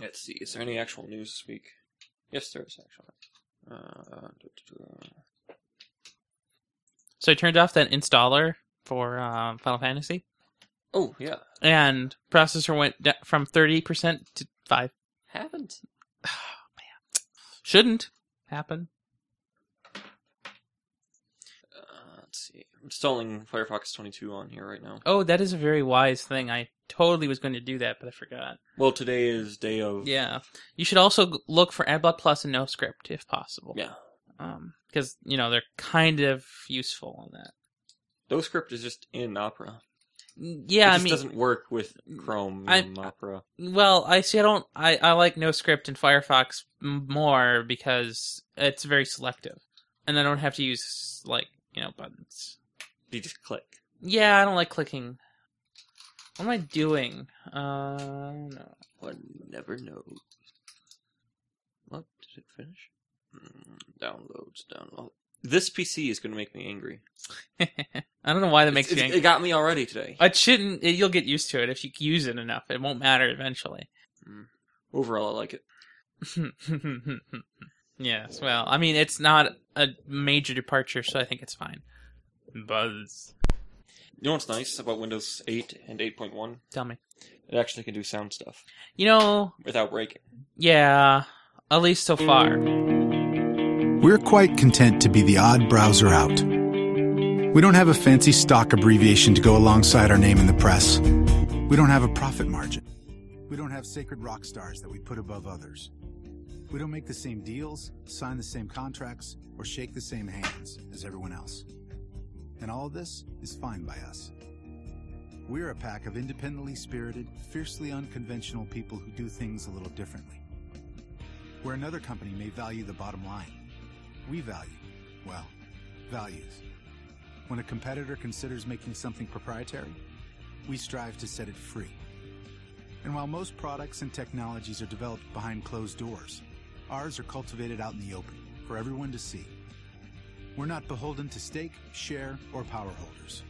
[SPEAKER 4] Let's see. Is there any actual news this week? Yes, there is actually. Uh,
[SPEAKER 2] So I turned off that installer for um, Final Fantasy,
[SPEAKER 4] oh yeah,
[SPEAKER 2] and processor went da- from thirty percent to five.
[SPEAKER 4] happened.
[SPEAKER 2] Shouldn't happen.
[SPEAKER 4] Uh, let's see. I'm installing Firefox 22 on here right now.
[SPEAKER 2] Oh, that is a very wise thing. I totally was going to do that, but I forgot.
[SPEAKER 4] Well, today is day of.
[SPEAKER 2] Yeah, you should also g- look for AdBlot Plus and NoScript if possible.
[SPEAKER 4] Yeah.
[SPEAKER 2] because you know they're kind of useful on that.
[SPEAKER 4] No script is just in Opera.
[SPEAKER 2] N-
[SPEAKER 4] It
[SPEAKER 2] Yeah, I
[SPEAKER 4] just
[SPEAKER 2] mean, mm,
[SPEAKER 4] doesn't work with Chrome
[SPEAKER 2] I-
[SPEAKER 4] and Opera.
[SPEAKER 2] Well, I see. I don't. I I like NoScript and Firefox m- more because it's very selective, and I don't have to use like you know buttons.
[SPEAKER 4] You just click.
[SPEAKER 2] Yeah, I don't like clicking. What am I doing? Uh, no.
[SPEAKER 4] One never knows. What did it finish? Mm, downloads, download. This PC is going to make me angry.
[SPEAKER 2] I don't know why that makes
[SPEAKER 4] It's-
[SPEAKER 2] you
[SPEAKER 4] it's-
[SPEAKER 2] angry.
[SPEAKER 4] It got me already today.
[SPEAKER 2] It shouldn't. It, you'll get used to it if you use it enough. It won't matter eventually.
[SPEAKER 4] Overall, I like it.
[SPEAKER 2] Yes, well, I mean, it's not a major departure, so I think it's fine. Buzz.
[SPEAKER 4] You know what's nice about Windows 8 and 8.1?
[SPEAKER 2] Tell me.
[SPEAKER 4] It actually can do sound stuff
[SPEAKER 2] You know,
[SPEAKER 4] without breaking.
[SPEAKER 2] yeah, at least so far.
[SPEAKER 7] We're quite content to be the odd browser out. We don't have a fancy stock abbreviation to go alongside our name in the press. We don't have a profit margin. We don't have sacred rock stars that we put above others. We don't make the same deals, sign the same contracts, or shake the same hands as everyone else. And all of this is fine by us. We're a pack of independently spirited, fiercely unconventional people who do things a little differently. Where another company may value the bottom line, we value, well, values. When a competitor considers making something proprietary, we strive to set it free. And while most products and technologies are developed behind closed doors, ours are cultivated out in the open for everyone to see. We're not beholden to stake, share, or power holders.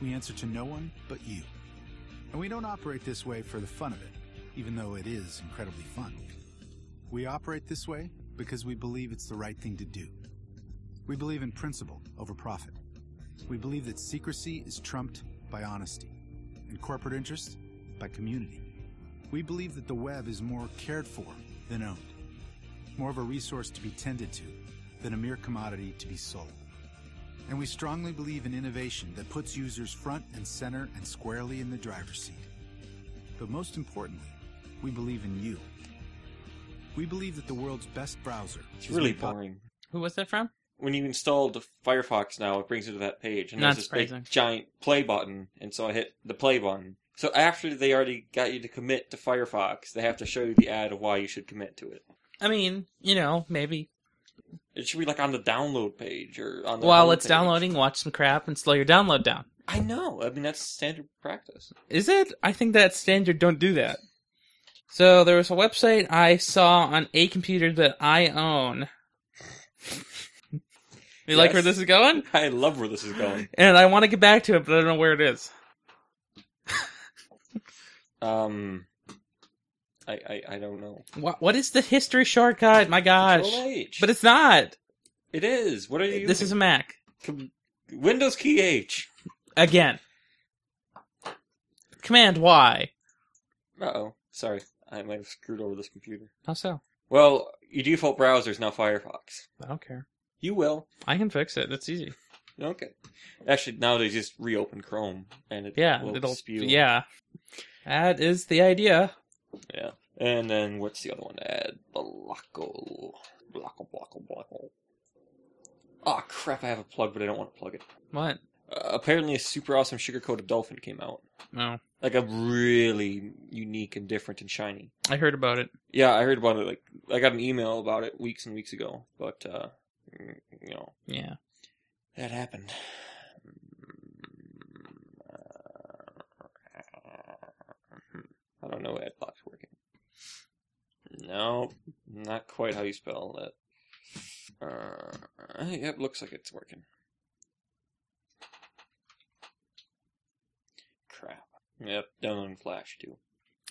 [SPEAKER 7] We answer to no one but you. And we don't operate this way for the fun of it, even though it is incredibly fun. We operate this way because we believe it's the right thing to do. We believe in principle over profit. We believe that secrecy is trumped by honesty and corporate interest by community. We believe that the web is more cared for than owned, more of a resource to be tended to than a mere commodity to be sold. And we strongly believe in innovation that puts users front and center and squarely in the driver's seat. But most importantly, we believe in you. We believe that the world's best browser
[SPEAKER 4] It's
[SPEAKER 7] is
[SPEAKER 4] really
[SPEAKER 7] made po-
[SPEAKER 4] boring.
[SPEAKER 2] Who was that from?
[SPEAKER 4] When you installed Firefox now, it brings you to that page, and
[SPEAKER 2] Not
[SPEAKER 4] there's this
[SPEAKER 2] surprising.
[SPEAKER 4] big giant play button, and so I hit the play button. So after they already got you to commit to Firefox, they have to show you the ad of why you should commit to it.
[SPEAKER 2] I mean, you know, maybe
[SPEAKER 4] It should be like on the download page or on the
[SPEAKER 2] while it's
[SPEAKER 4] homepage.
[SPEAKER 2] downloading, watch some crap and slow your download down.
[SPEAKER 4] I know. I mean, that's standard practice.
[SPEAKER 2] Is it? I think that's standard. Don't do that. So there was a website I saw on a computer that I own. you like where
[SPEAKER 4] Yes.
[SPEAKER 2] this is going?
[SPEAKER 4] I love where this is going.
[SPEAKER 2] And I want to get back to it, but I don't know where it is.
[SPEAKER 4] Um, I I, I don't know.
[SPEAKER 2] What, what is the history shortcut? My gosh.
[SPEAKER 4] Control H.
[SPEAKER 2] But it's not.
[SPEAKER 4] it is. What are you?
[SPEAKER 2] This is a Mac.
[SPEAKER 4] Com- Windows key H.
[SPEAKER 2] Again. Command Y.
[SPEAKER 4] Uh oh. Sorry, I might have screwed over this computer.
[SPEAKER 2] How so?
[SPEAKER 4] Well, your default browser is now Firefox.
[SPEAKER 2] I don't care.
[SPEAKER 4] You will.
[SPEAKER 2] I can fix it. That's easy.
[SPEAKER 4] Okay. Actually, nowadays just reopen Chrome and it
[SPEAKER 2] Yeah.
[SPEAKER 4] will
[SPEAKER 2] it'll
[SPEAKER 4] spew.
[SPEAKER 2] Yeah. That is the idea.
[SPEAKER 4] Yeah. And then what's the other one to add? Blocko. Blocko, blocko, blocko. Oh crap, I have a plug, but I don't want to plug it.
[SPEAKER 2] What?
[SPEAKER 4] Uh, apparently, a super awesome sugar-coated dolphin came out.
[SPEAKER 2] No.
[SPEAKER 4] Like a really unique and different and shiny.
[SPEAKER 2] I heard about it.
[SPEAKER 4] Yeah, I heard about it. Like I got an email about it weeks and weeks ago, but uh, mm, you know
[SPEAKER 2] Yeah.
[SPEAKER 4] that happened. I don't know what Adblock's working. No, not quite how you spell that. Uh, yep, looks like it's working. Crap. Yep, done in Flash too.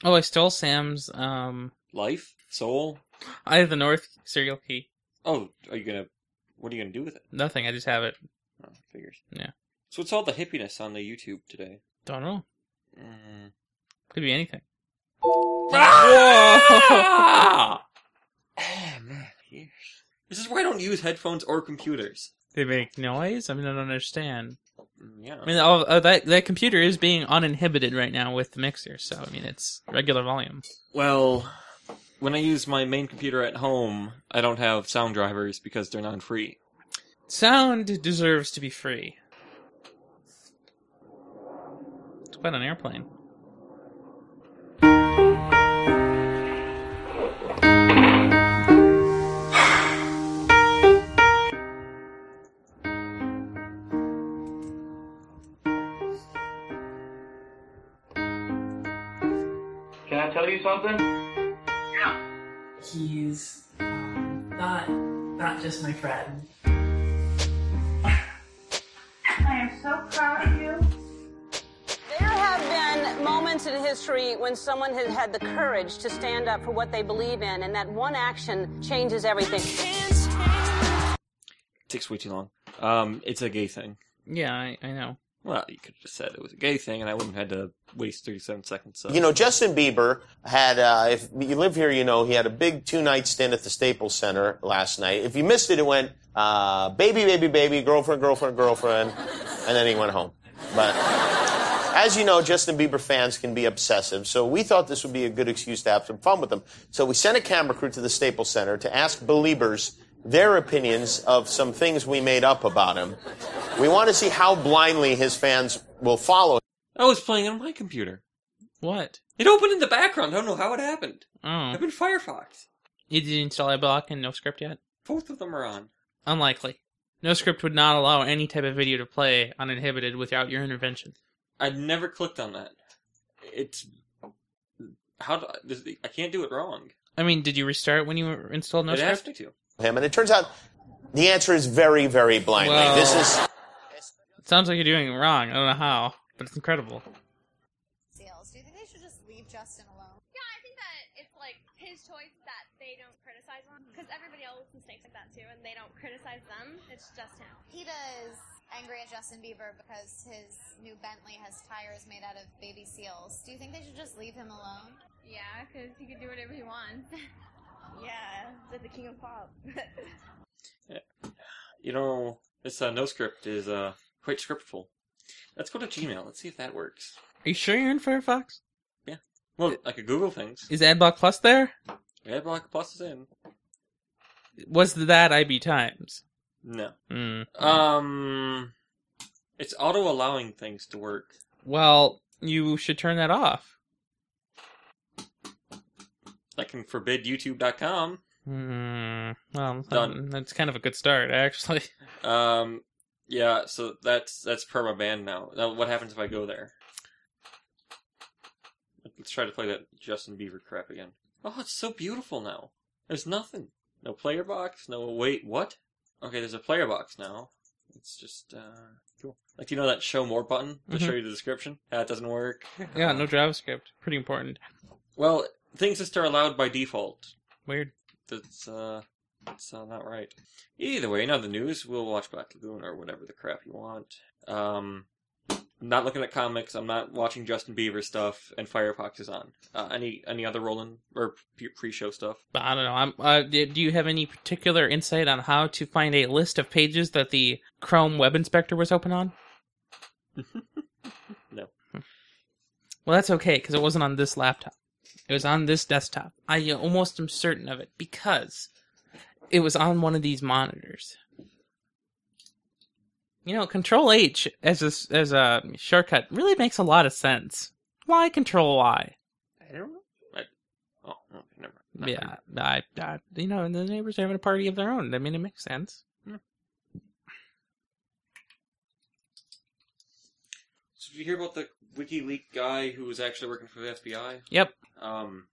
[SPEAKER 2] Oh, I stole Sam's. Um,
[SPEAKER 4] Life? Soul?
[SPEAKER 2] I have the North serial key.
[SPEAKER 4] Oh, are you gonna? What are you gonna do with it?
[SPEAKER 2] Nothing. I just have it.
[SPEAKER 4] Oh, figures.
[SPEAKER 2] Yeah.
[SPEAKER 4] So what's all the hippiness on the YouTube today?
[SPEAKER 2] Don't know.
[SPEAKER 4] Mm.
[SPEAKER 2] Could be anything.
[SPEAKER 4] Ah, man. Years. This is why I don't use headphones or computers.
[SPEAKER 2] They make noise. I mean, I don't understand.
[SPEAKER 4] Mm, Yeah.
[SPEAKER 2] I mean, all, uh, that that computer is being uninhibited right now with the mixer, so I mean, it's regular volume.
[SPEAKER 4] Well, when I use my main computer at home, I don't have sound drivers because they're non-free.
[SPEAKER 2] Sound deserves to be free. It's quite an airplane.
[SPEAKER 8] Can I tell you something?
[SPEAKER 9] He's um, not not just my friend.
[SPEAKER 10] I am so proud of you.
[SPEAKER 6] There have been moments in history when someone has had the courage to stand up for what they believe in, and that one action changes everything.
[SPEAKER 4] takes way too long. Um, it's a gay thing.
[SPEAKER 2] Yeah, I, I know.
[SPEAKER 4] Well, you could have just said it was a gay thing, and I wouldn't have had to waste 37 seconds. So.
[SPEAKER 11] You know, Justin Bieber had, uh, if you live here, you know, he had a big two night stint at the Staples Center last night. If you missed it, it went, uh, baby, baby, baby, girlfriend, girlfriend, girlfriend, and then he went home. But as you know, Justin Bieber fans can be obsessive, so we thought this would be a good excuse to have some fun with them. So we sent a camera crew to the Staples Center to ask believers their opinions of some things we made up about him. We want to see how blindly his fans will follow.
[SPEAKER 4] I was playing on my computer.
[SPEAKER 2] What?
[SPEAKER 4] It opened in the background. I don't know how it happened.
[SPEAKER 2] Oh.
[SPEAKER 4] I've been Firefox.
[SPEAKER 2] You did install iBlock and NoScript yet?
[SPEAKER 4] Both of them are on.
[SPEAKER 2] Unlikely. NoScript would not allow any type of video to play uninhibited without your intervention.
[SPEAKER 4] I never clicked on that. It's how do, does- I can't do it wrong.
[SPEAKER 2] I mean, did you restart when you installed
[SPEAKER 4] it asked
[SPEAKER 2] NoScript?
[SPEAKER 4] me to.
[SPEAKER 11] Him, and it turns out the answer is very, very blindly.
[SPEAKER 2] Well-
[SPEAKER 11] This is.
[SPEAKER 2] It sounds like you're doing it wrong. I don't know how, but it's incredible.
[SPEAKER 12] sales. Do you think they should just leave Justin alone?
[SPEAKER 13] Yeah, I think that it's like his choice that they don't criticize him because everybody else mistakes like that too, and they don't criticize them. It's just him.
[SPEAKER 12] PETA's angry at Justin Bieber because his new Bentley has tires made out of baby seals. Do you think they should just leave him alone?
[SPEAKER 13] Yeah, because he can do whatever he wants. yeah, like the king of pop.
[SPEAKER 4] You know, this uh, no script is uh, quite scriptful. Let's go to Gmail. Let's see if that works.
[SPEAKER 2] Are you sure you're in Firefox?
[SPEAKER 4] Well, I could Google things.
[SPEAKER 2] Is AdBlock Plus there?
[SPEAKER 4] AdBlock Plus is in.
[SPEAKER 2] Was that IB Times?
[SPEAKER 4] No.
[SPEAKER 2] Mm.
[SPEAKER 4] Um, it's auto allowing things to work.
[SPEAKER 2] Well, you should turn that off.
[SPEAKER 4] I can forbid YouTube.com.
[SPEAKER 2] Hmm. Well,
[SPEAKER 4] Done.
[SPEAKER 2] that's kind of a good start, actually.
[SPEAKER 4] Um, yeah. So that's that's perma banned now. Now, what happens if I go there? Let's try to play that Justin Bieber crap again. Oh, it's so beautiful now. There's nothing. No player box. No wait, what? Okay, there's a player box now. It's just uh cool. Like you know that show more button to show
[SPEAKER 2] Mhm.
[SPEAKER 4] you the description. That doesn't work.
[SPEAKER 2] Yeah, no JavaScript. Pretty important.
[SPEAKER 4] Well, things just are allowed by default.
[SPEAKER 2] Weird.
[SPEAKER 4] That's uh, that's uh, not right. Either way, now the news. We'll watch Black Lagoon or whatever the crap you want. Um, I'm not looking at comics. I'm not watching Justin Bieber stuff. And Firefox is on. Uh, any any other rolling or pre- pre-show stuff?
[SPEAKER 2] But I don't know. I'm, uh, d- do you have any particular insight on how to find a list of pages that the Chrome Web Inspector was open on?
[SPEAKER 4] No.
[SPEAKER 2] Well, that's okay because it wasn't on this laptop. It was on this desktop. I uh, almost am certain of it because it was on one of these monitors. You know, Control H as a s- as a shortcut really makes a lot of sense. Why Control Y?
[SPEAKER 4] I don't know. I, oh, okay, never. mind.
[SPEAKER 2] Yeah, I, I, you know, and the neighbors are having a party of their own. I mean, it makes sense.
[SPEAKER 4] So did you hear about the WikiLeaks guy who was actually working for the FBI?
[SPEAKER 2] Yep.
[SPEAKER 4] Um,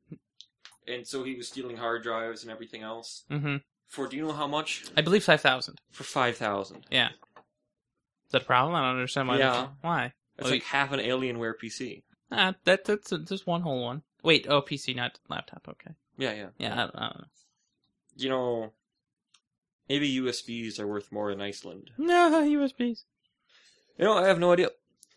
[SPEAKER 4] and so he was stealing hard drives and everything else
[SPEAKER 2] hmm
[SPEAKER 4] for. Do you know how much?
[SPEAKER 2] I believe five thousand.
[SPEAKER 4] For five thousand.
[SPEAKER 2] Yeah. Is that a problem? I don't understand why.
[SPEAKER 4] Yeah.
[SPEAKER 2] Why?
[SPEAKER 4] That's
[SPEAKER 2] Well,
[SPEAKER 4] like half an Alienware PC.
[SPEAKER 2] Ah, that that's just one whole one. Wait, oh, PC, not laptop. Okay.
[SPEAKER 4] Yeah, yeah.
[SPEAKER 2] Yeah, I, don't- I don't know.
[SPEAKER 4] You know, maybe USBs are worth more in Iceland.
[SPEAKER 2] No, USBs.
[SPEAKER 4] You know, I have no idea.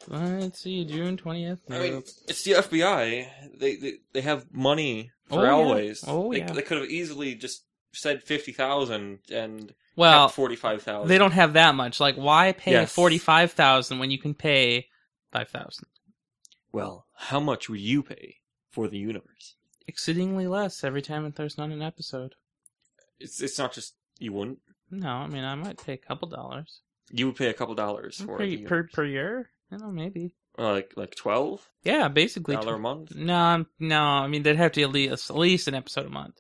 [SPEAKER 2] Let's see, June 20th.
[SPEAKER 4] I mean, it's the FBI. They they, they have money
[SPEAKER 2] Oh,
[SPEAKER 4] for
[SPEAKER 2] yeah.
[SPEAKER 4] always.
[SPEAKER 2] Oh,
[SPEAKER 4] they,
[SPEAKER 2] yeah.
[SPEAKER 4] They could have easily just said fifty thousand and
[SPEAKER 2] Well,
[SPEAKER 4] forty-five thousand.
[SPEAKER 2] they don't have that much. Like, why pay
[SPEAKER 4] Yes.
[SPEAKER 2] 45000 when you can pay 5000
[SPEAKER 4] Well, how much would you pay for the universe?
[SPEAKER 2] Exceedingly less every time that there's not an episode.
[SPEAKER 4] It's it's not just you wouldn't.
[SPEAKER 2] No, I mean, I might pay a couple dollars.
[SPEAKER 4] You would pay a couple dollars for
[SPEAKER 2] Per,
[SPEAKER 4] the
[SPEAKER 2] per,
[SPEAKER 4] universe.
[SPEAKER 2] per year? I don't know, maybe.
[SPEAKER 4] Uh, like like twelve
[SPEAKER 2] Yeah, basically.
[SPEAKER 4] dollar a month.
[SPEAKER 2] No, I'm- no, I mean, they'd have to at least, at least an episode a month.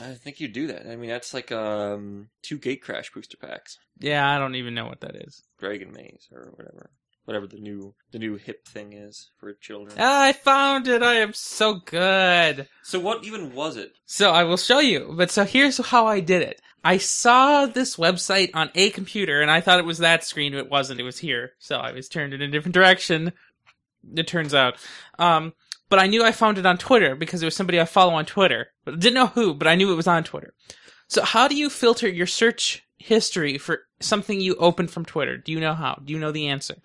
[SPEAKER 4] I think you do that. I mean, that's like um two gate crash booster packs.
[SPEAKER 2] Yeah, I don't even know what that is.
[SPEAKER 4] Dragon Maze or whatever, whatever the new the new hip thing is for children.
[SPEAKER 2] Ah, I found it. I am so good.
[SPEAKER 4] So what even was it?
[SPEAKER 2] So I will show you. But so here's how I did it. I saw this website on a computer and I thought it was that screen, but it wasn't. It was here. So I was turned in a different direction. It turns out. Um, but I knew I found it on Twitter because it was somebody I follow on Twitter. But I didn't know who, but I knew it was on Twitter. So how do you filter your search history for something you open from Twitter? Do you know how? Do you know the answer?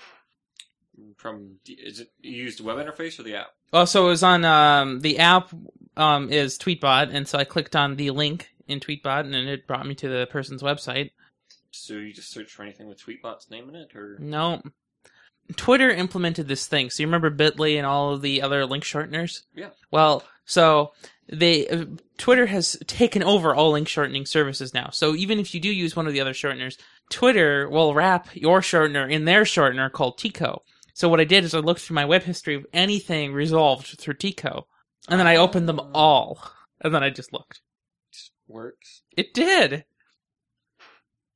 [SPEAKER 4] From is it you used the web interface or the app?
[SPEAKER 2] Oh, so it was on um, the app um, is Tweetbot, and so I clicked on the link in Tweetbot, and then it brought me to the person's website.
[SPEAKER 4] So you just search for anything with Tweetbot's name in it, or
[SPEAKER 2] No, Twitter implemented this thing. So you remember Bitly and all of the other link shorteners?
[SPEAKER 4] Yeah.
[SPEAKER 2] Well, so they uh, Twitter has taken over all link shortening services now. So even if you do use one of the other shorteners, Twitter will wrap your shortener in their shortener called Tico. So what I did is I looked through my web history of anything resolved through Tico, and then I opened them all, and then I just looked.
[SPEAKER 4] works?
[SPEAKER 2] It did.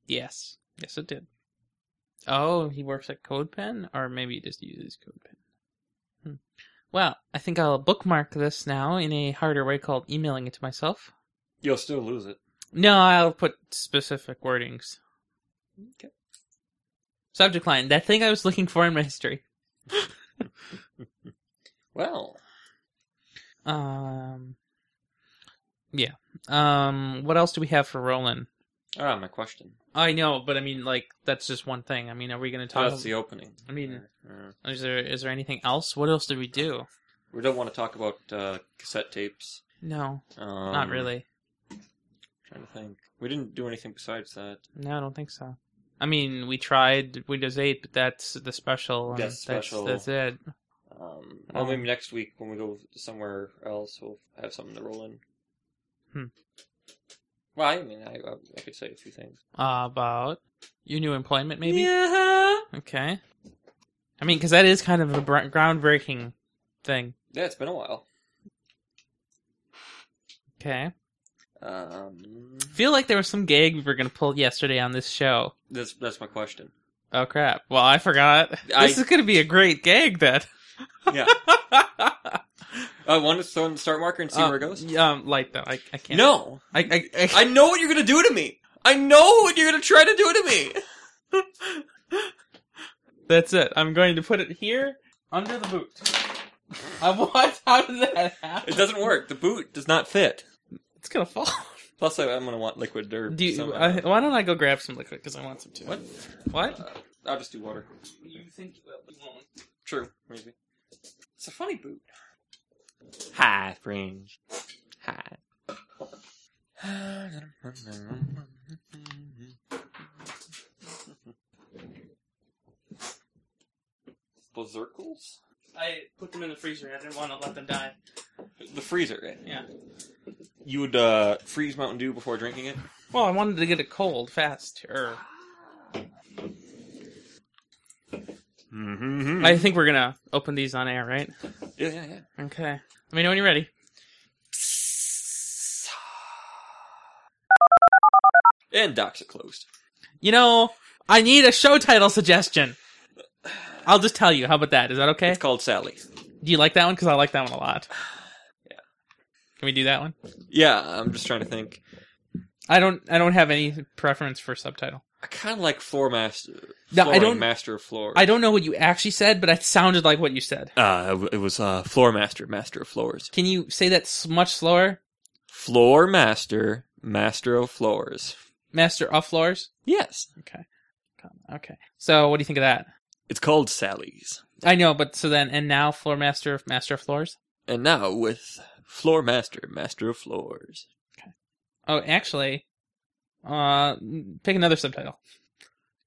[SPEAKER 2] Yes. Yes, it did. Oh, he works at CodePen, or maybe he just uses CodePen. Hmm. Well, I think I'll bookmark this now in a harder way called emailing it to myself.
[SPEAKER 4] You'll still lose it.
[SPEAKER 2] No, I'll put specific wordings. Okay. Subject line: That thing I was looking for in my history.
[SPEAKER 4] Well,
[SPEAKER 2] Um. Yeah. Um. What else do we have for Roland?
[SPEAKER 4] ah, my question.
[SPEAKER 2] I know, but I mean, like, that's just one thing. I mean, are we going to talk?
[SPEAKER 4] That's the opening.
[SPEAKER 2] I mean,
[SPEAKER 4] Uh,
[SPEAKER 2] is there is there anything else? What else did we do?
[SPEAKER 4] we don't want to talk about uh, cassette tapes.
[SPEAKER 2] No,
[SPEAKER 4] Um,
[SPEAKER 2] not really.
[SPEAKER 4] Trying to think. We didn't do anything besides that.
[SPEAKER 2] No, I don't think so. I mean, we tried Windows 8, but that's the special. and
[SPEAKER 4] That's special.
[SPEAKER 2] That's, it.
[SPEAKER 4] Um, well, maybe next week when we go somewhere else, we'll have something to roll in.
[SPEAKER 2] Hmm.
[SPEAKER 4] Well, I mean, I, I, I could say a few things.
[SPEAKER 2] Uh, about your new employment, maybe. Yeah. Okay. I mean, because that is kind of a br- groundbreaking thing.
[SPEAKER 4] Yeah, it's been a while.
[SPEAKER 2] Okay.
[SPEAKER 4] Um,
[SPEAKER 2] Feel like there was some gag we were gonna pull yesterday on this show.
[SPEAKER 4] that's that's my question.
[SPEAKER 2] Oh crap! Well, I forgot.
[SPEAKER 4] I-
[SPEAKER 2] This is gonna be a great gag then.
[SPEAKER 4] Yeah. I want to throw in the start marker and see where it goes.
[SPEAKER 2] Um, light though. I, I can't.
[SPEAKER 4] No,
[SPEAKER 2] I, I, I,
[SPEAKER 4] I know what you're gonna do to me. I know what you're gonna try to do to me.
[SPEAKER 2] That's it. I'm going to put it here under the boot. I want. How did that happen?
[SPEAKER 4] It doesn't work. The boot does not fit.
[SPEAKER 2] It's gonna fall.
[SPEAKER 4] Plus, I, I'm gonna want liquid dirt.
[SPEAKER 2] Do you,
[SPEAKER 4] somehow.
[SPEAKER 2] I, oh. why don't I go grab some liquid because I want some too.
[SPEAKER 4] What?
[SPEAKER 2] What?
[SPEAKER 4] I'll just do water.
[SPEAKER 2] You think you won't?
[SPEAKER 4] True, maybe. It's a funny boot. Hi, fringe. Hi. Berserkles?
[SPEAKER 2] I put them in the freezer. I didn't want to let them die.
[SPEAKER 4] The freezer. eh?
[SPEAKER 2] Yeah.
[SPEAKER 4] You would uh, freeze Mountain Dew before drinking it?
[SPEAKER 2] Well, I wanted to get it cold fast. Or
[SPEAKER 4] Mm-hmm.
[SPEAKER 2] I think we're gonna open these on air, right?
[SPEAKER 4] Yeah, yeah, yeah.
[SPEAKER 2] Okay. Let me know when you're ready.
[SPEAKER 4] And docks are closed.
[SPEAKER 2] You know, I need a show title suggestion. I'll just tell you. How about that? Is that okay?
[SPEAKER 4] It's called Sally.
[SPEAKER 2] Do you like that one? Because I like that one a lot. Can we do that one?
[SPEAKER 4] Yeah, I'm just trying to think.
[SPEAKER 2] I don't. I don't have any preference for subtitle.
[SPEAKER 4] I kind of like floor master.
[SPEAKER 2] No, I
[SPEAKER 4] flooring,
[SPEAKER 2] don't-
[SPEAKER 4] Master of floor.
[SPEAKER 2] I don't know what you actually said, but it sounded like what you said.
[SPEAKER 4] Uh, it was uh, floor master, master of floors.
[SPEAKER 2] Can you say that s- much slower,
[SPEAKER 4] Floor master, master of floors.
[SPEAKER 2] Master of Floors?
[SPEAKER 4] Yes,
[SPEAKER 2] Okay. Okay. So, what do you think of that?
[SPEAKER 4] it's called Sally's.
[SPEAKER 2] I know, but so then, and now, Floor Master of Master of Floors?
[SPEAKER 4] And now with floor master, master of floors.
[SPEAKER 2] Oh, actually, uh, pick another subtitle.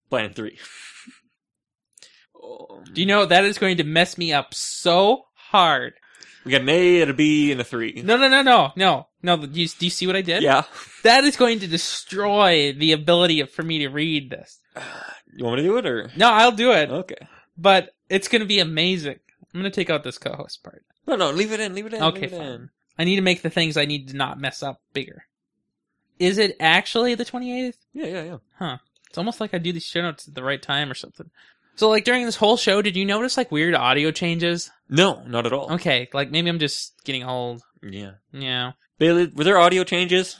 [SPEAKER 4] Plan three. Oh,
[SPEAKER 2] Do you know that is going to mess me up so hard?
[SPEAKER 4] we got an A and a B and a three.
[SPEAKER 2] No, no, no, no, no, no. Do you, do you see what I did?
[SPEAKER 4] Yeah.
[SPEAKER 2] That is going to destroy the ability of, for me to read this.
[SPEAKER 4] You want me to do it or
[SPEAKER 2] No, I'll do it,
[SPEAKER 4] okay?
[SPEAKER 2] but it's going to be amazing. I'm going to take out this co-host part.
[SPEAKER 4] No, no, leave it in. Leave it in.
[SPEAKER 2] Okay,
[SPEAKER 4] leave it
[SPEAKER 2] fine.
[SPEAKER 4] in.
[SPEAKER 2] I need to make the things I need to not mess up bigger. Is it actually the 28th?
[SPEAKER 4] Yeah, yeah, yeah.
[SPEAKER 2] Huh. It's almost like I do these show notes at the right time or something. So, like, during this whole show, did you notice, like, weird audio changes?
[SPEAKER 4] No, not at all.
[SPEAKER 2] Okay, like, maybe I'm just getting old.
[SPEAKER 4] Yeah,
[SPEAKER 2] Yeah.
[SPEAKER 4] Bailey, were there audio changes?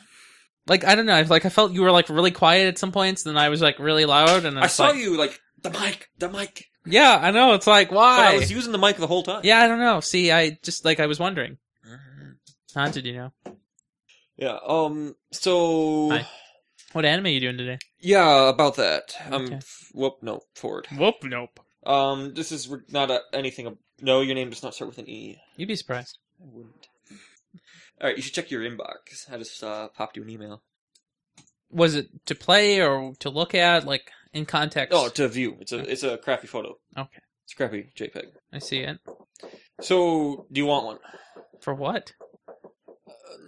[SPEAKER 2] Like, I don't know. I- Like, I felt you were, like, really quiet at some points, then I was, like, really loud, and
[SPEAKER 4] I
[SPEAKER 2] it's
[SPEAKER 4] saw
[SPEAKER 2] like-
[SPEAKER 4] you like the mic, the mic.
[SPEAKER 2] Yeah, I know. It's like,
[SPEAKER 4] But
[SPEAKER 2] why?
[SPEAKER 4] I was using the mic the whole time.
[SPEAKER 2] yeah, I don't know. See, I just, like, I was wondering. Haunted, you know.
[SPEAKER 4] Yeah. Um. So.
[SPEAKER 2] Hi. What anime are you doing today?
[SPEAKER 4] Yeah, about that.
[SPEAKER 2] Okay.
[SPEAKER 4] Um. Whoop. No. Forward.
[SPEAKER 2] Whoop. Nope.
[SPEAKER 4] Um. This is re- not a, anything. ab- No, your name does not start with an E.
[SPEAKER 2] You'd be surprised.
[SPEAKER 4] I wouldn't. All right. You should check your inbox. I just uh, popped you an email.
[SPEAKER 2] Was it to play or to look at, like in context?
[SPEAKER 4] Oh, to view. It's a it's a crappy photo.
[SPEAKER 2] Okay.
[SPEAKER 4] It's a crappy JPEG.
[SPEAKER 2] I see it.
[SPEAKER 4] So, do you want one? Uh,
[SPEAKER 2] For what?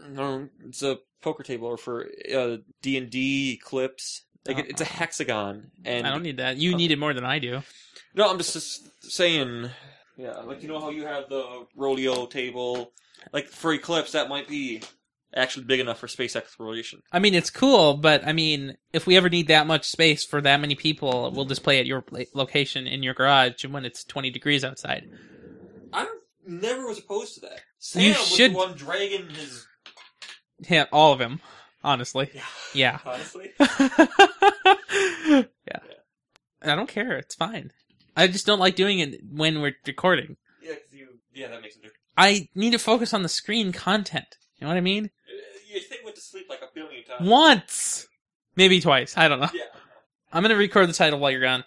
[SPEAKER 4] No, it's a poker table or for uh, D and D clips. Like it, it's a hexagon, and
[SPEAKER 2] Uh-huh.
[SPEAKER 4] uh,
[SPEAKER 2] I don't need that. You need it more than I do.
[SPEAKER 4] No, I'm just, just saying. Yeah, like you know how you have the rodeo table, like for Eclipse, that might be actually big enough for space exploration.
[SPEAKER 2] I mean, it's cool, but I mean, if we ever need that much space for that many people, we'll just play at your pla- location in your garage and when it's 20 degrees outside.
[SPEAKER 4] I never was opposed to that. Sam
[SPEAKER 2] You
[SPEAKER 4] was
[SPEAKER 2] should-
[SPEAKER 4] the one dragging his.
[SPEAKER 2] Yeah, all of them, honestly. Yeah.
[SPEAKER 4] Honestly,
[SPEAKER 2] yeah. I don't care. It's fine. I just don't like doing it when we're recording.
[SPEAKER 4] yeah, 'cause you, yeah, that makes a difference.
[SPEAKER 2] I need to focus on the screen content. You know what I mean?
[SPEAKER 4] Uh, Your thing went to sleep like a billion times.
[SPEAKER 2] Once, maybe twice. I don't know.
[SPEAKER 4] Yeah.
[SPEAKER 2] I'm gonna record the title while you're gone.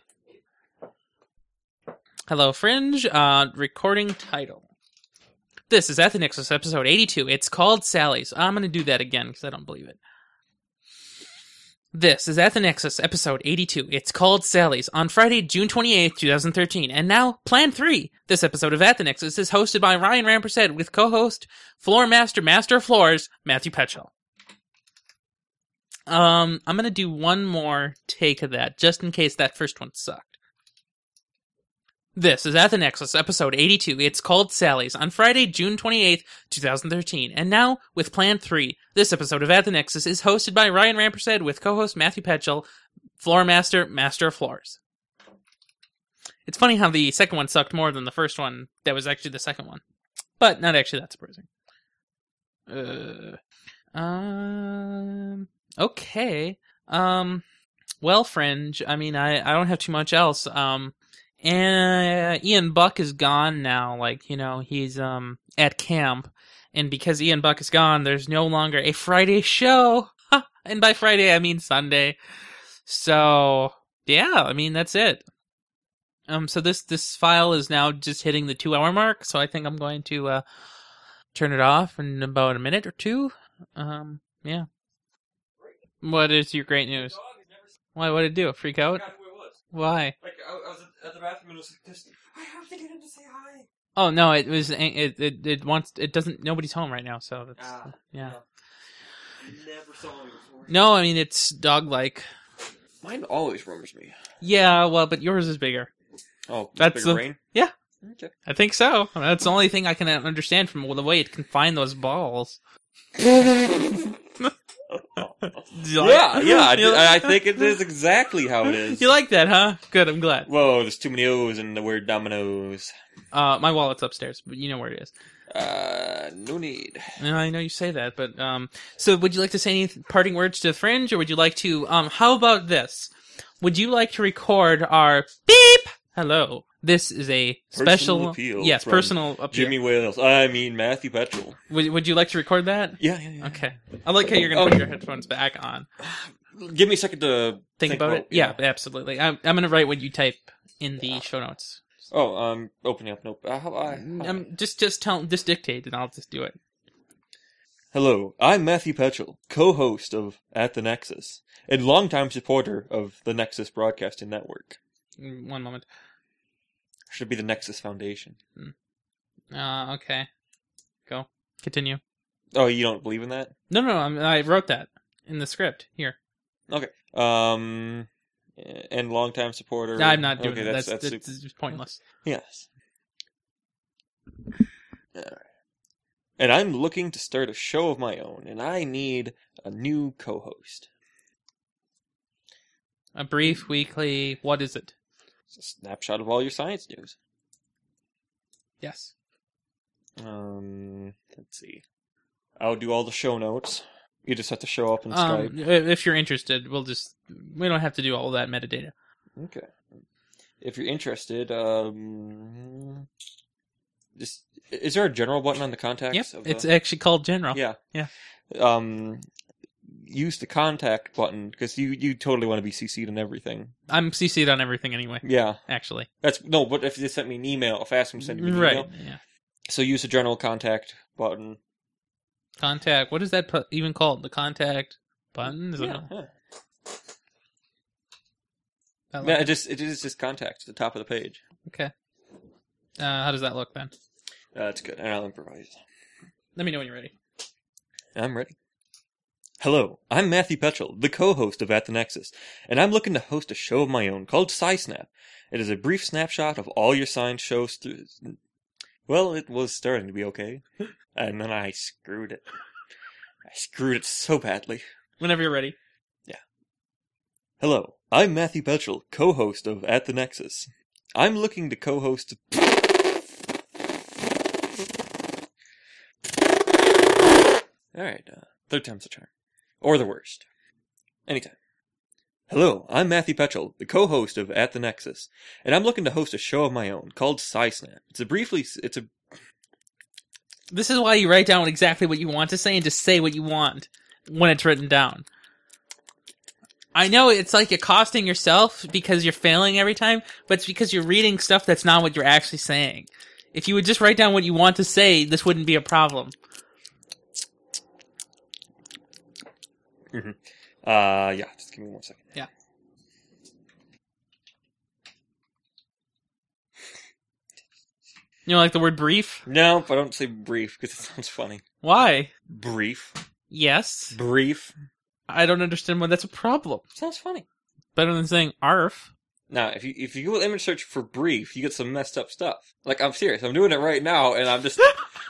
[SPEAKER 2] Hello, Fringe. Uh, recording title. This is Athenixus episode 82. It's called Sally's. I'm gonna do that again because I don't believe it. This is Athenexus, episode 82. It's called Sally's on Friday, June 28th, 2013. And now, Plan 3. This episode of Athenexus is hosted by Ryan Rampersad with co host, Floor Master, Master of Floors, Matthew Petchel. Um, I'm gonna do one more take of that, just in case that first one sucked. This is Athenexus, episode 82. It's called Sally's on Friday, June 28th, 2013. And now, with Plan 3. This episode of Athenexus is hosted by Ryan Rampersad with co host Matthew Petchel, Floor Master, Master of Floors. It's funny how the second one sucked more than the first one, that was actually the second one. But not actually that surprising. Uh, um. Okay. Um. Well, Fringe. I mean, I I don't have too much else. Um. And Ian Buck is gone now. Like you know, he's um at camp, and because Ian Buck is gone, there's no longer a Friday show. Ha! And by Friday, I mean Sunday. So yeah, I mean that's it. Um. So this this file is now just hitting the two hour mark. So I think I'm going to uh turn it off in about a minute or two. Um, yeah. What is your great news? Why? What did it do? Freak out?
[SPEAKER 4] That's where it was.
[SPEAKER 2] Why?
[SPEAKER 4] Like I, I was at the bathroom and it was like, this- I have to get him to say hi.
[SPEAKER 2] Oh no! It was it it, it wants it doesn't nobody's home right now, so that's,
[SPEAKER 4] Ah,
[SPEAKER 2] yeah.
[SPEAKER 4] Never saw him before.
[SPEAKER 2] No, I mean it's dog like.
[SPEAKER 4] Mine always roams me.
[SPEAKER 2] Yeah, well, but yours is bigger.
[SPEAKER 4] Oh,
[SPEAKER 2] That's
[SPEAKER 4] bigger
[SPEAKER 2] the-
[SPEAKER 4] brain?
[SPEAKER 2] Yeah,
[SPEAKER 4] Okay.
[SPEAKER 2] I think so. That's the only thing I can understand from the way it can find those balls.
[SPEAKER 4] yeah, yeah. I, I- I think it is exactly how it is.
[SPEAKER 2] You like that, huh? Good. I'm glad.
[SPEAKER 4] Whoa, there's too many O's in the word dominoes.
[SPEAKER 2] Uh, my wallet's upstairs, but you know where it is.
[SPEAKER 4] Uh, no need.
[SPEAKER 2] No, I know you say that, but um, so would you like to say any parting words to the fringe, or would you like to um? How about this? Would you like to record our beep? Hello, this is a special
[SPEAKER 4] Personal appeal.
[SPEAKER 2] Yes,
[SPEAKER 4] from
[SPEAKER 2] personal appeal.
[SPEAKER 4] Jimmy Wales. I mean Matthew Petrel.
[SPEAKER 2] Would Would you like to record that?
[SPEAKER 4] Yeah, yeah, yeah.
[SPEAKER 2] Okay. I like how you're gonna put
[SPEAKER 4] Oh.
[SPEAKER 2] your headphones back on.
[SPEAKER 4] Give me a second to
[SPEAKER 2] Think, about, it. Yeah, absolutely. I'm I'm gonna write what you type in the show notes.
[SPEAKER 4] Oh, I'm opening up. Nope. Uh, how- I- how-
[SPEAKER 2] Um, just just tell just dictate, and I'll just do it.
[SPEAKER 4] Hello, I'm Matthew Petrel, co-host of At the Nexus, and longtime supporter of the Nexus Broadcasting Network.
[SPEAKER 2] Mm, One moment.
[SPEAKER 4] Should be the Nexus Foundation.
[SPEAKER 2] Uh, okay. Go. Continue.
[SPEAKER 4] Oh, you don't believe in that?
[SPEAKER 2] No, no, I'm, I wrote that in the script here.
[SPEAKER 4] Okay. Um, and longtime supporter.
[SPEAKER 2] No, I'm not doing
[SPEAKER 4] okay,
[SPEAKER 2] it.
[SPEAKER 4] That's,
[SPEAKER 2] That's, that's,
[SPEAKER 4] super-
[SPEAKER 2] just pointless.
[SPEAKER 4] Yes. Alright. And I'm looking to start a show of my own, and I need a new co host.
[SPEAKER 2] A brief weekly. What is it?
[SPEAKER 4] It's a snapshot of all your science news.
[SPEAKER 2] Yes.
[SPEAKER 4] Um, let's see. I'll do all the show notes. You just have to show up in
[SPEAKER 2] Um,
[SPEAKER 4] Skype.
[SPEAKER 2] if you're interested, we'll just we don't have to do all that metadata.
[SPEAKER 4] Okay. If you're interested, um, just, is there a general button on the contacts?
[SPEAKER 2] Yep.
[SPEAKER 4] of the-
[SPEAKER 2] It's actually called general.
[SPEAKER 4] Yeah.
[SPEAKER 2] Yeah.
[SPEAKER 4] um, use the contact button because you you totally want to be CC'd on everything.
[SPEAKER 2] I'm CC'd on everything anyway.
[SPEAKER 4] Yeah,
[SPEAKER 2] actually,
[SPEAKER 4] that's no. But if they sent me an email, if Asim sent me an
[SPEAKER 2] Right,
[SPEAKER 4] email,
[SPEAKER 2] yeah.
[SPEAKER 4] So use the general contact button.
[SPEAKER 2] contact. What is that pu- even called? The contact button? Is it-
[SPEAKER 4] Yeah, yeah.
[SPEAKER 2] I like
[SPEAKER 4] yeah,
[SPEAKER 2] it.
[SPEAKER 4] it just it is just contact at the top of the page.
[SPEAKER 2] Okay. Uh, how does that look then?
[SPEAKER 4] That's Uh, good, and I'll improvise.
[SPEAKER 2] Let me know when you're ready.
[SPEAKER 4] I'm ready. Hello, I'm Matthew Petrel, the co-host of At the Nexus, and I'm looking to host a show of my own called SciSnap. It is a brief snapshot of all your science shows through... Well, it was starting to be okay, and then I screwed it. I screwed it so badly.
[SPEAKER 2] Whenever you're ready.
[SPEAKER 4] Hello, I'm Matthew Petrel, co-host of At the Nexus. I'm looking to co-host... Alright, uh, third time's the charm. Or the worst. Anytime. Hello, I'm Matthew Petrel, the co-host of At the Nexus, and I'm looking to host a show of my own called SciSnap. It's a briefly... It's a...
[SPEAKER 2] This is why you write down exactly what you want to say and just say what you want when it's written down. I know it's like you're costing yourself because you're failing every time, but it's because you're reading stuff that's not what you're actually saying. If you would just write down what you want to say, this wouldn't be a problem.
[SPEAKER 4] mhm. Uh, yeah, just give me one second.
[SPEAKER 2] Yeah. You know, like the word brief?
[SPEAKER 4] No, I don't say brief, because it sounds funny.
[SPEAKER 2] Why?
[SPEAKER 4] Brief.
[SPEAKER 2] Yes.
[SPEAKER 4] Brief.
[SPEAKER 2] I don't understand why that's a problem.
[SPEAKER 4] Sounds funny.
[SPEAKER 2] Better than saying arf.
[SPEAKER 4] Now, if you if you Google image search for brief, you get some messed up stuff. Like I'm serious, I'm doing it right now, and I'm just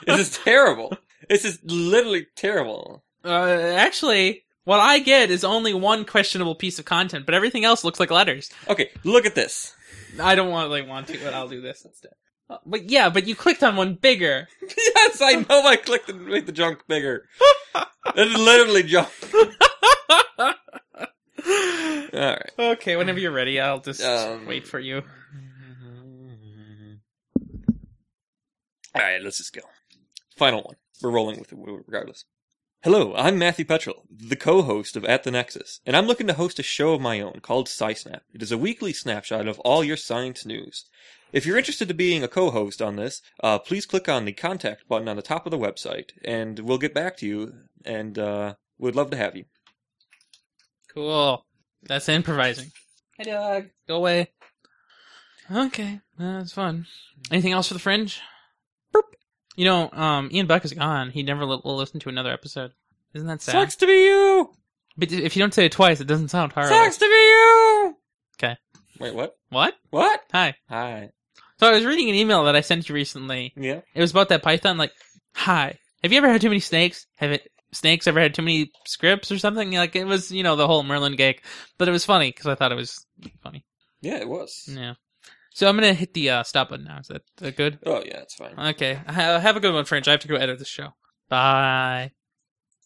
[SPEAKER 4] this is terrible. This is literally terrible.
[SPEAKER 2] Uh, actually, what I get is only one questionable piece of content, but everything else looks like letters.
[SPEAKER 4] Okay, look at this.
[SPEAKER 2] I don't really want to, but I'll do this instead. Uh, But yeah, but you clicked on one bigger.
[SPEAKER 4] yes, I know I clicked to make the junk bigger. It is literally junk. All right.
[SPEAKER 2] Okay, whenever you're ready, I'll just
[SPEAKER 4] Um,
[SPEAKER 2] wait for you.
[SPEAKER 4] Mm-hmm. All right, let's just go. Final one. We're rolling with it regardless. Hello, I'm Matthew Petrel, the co-host of At the Nexus, and I'm looking to host a show of my own called SciSnap. It is a weekly snapshot of all your science news. If you're interested in being a co-host on this, uh, please click on the contact button on the top of the website, and we'll get back to you. And uh, we'd love to have you.
[SPEAKER 2] Cool. That's improvising. Hey, dog. Go away. Okay, uh, that's fun. Anything else for the fringe? You know, um, Ian Buck is gone. He never li- will listen to another episode. Isn't that sad?
[SPEAKER 4] Sucks to be you.
[SPEAKER 2] But if you don't say it twice, it doesn't sound hard.
[SPEAKER 4] Sucks to be you.
[SPEAKER 2] 'Kay.
[SPEAKER 4] Wait, what?
[SPEAKER 2] What?
[SPEAKER 4] What?
[SPEAKER 2] Hi.
[SPEAKER 4] Hi.
[SPEAKER 2] So I was reading an email that I sent you recently.
[SPEAKER 4] Yeah.
[SPEAKER 2] It was about that python. Like, hi, have you ever had too many snakes? Have it snakes ever had too many scripts or something? Like it was, you know, the whole Merlin gag. But it was funny because I thought it was funny.
[SPEAKER 4] Yeah, it was.
[SPEAKER 2] Yeah. So I'm gonna hit the uh, stop button now. Is that, is that good?
[SPEAKER 4] Oh yeah, it's fine.
[SPEAKER 2] Okay. Ha- Have a good one, French. I have to go edit this show. Bye.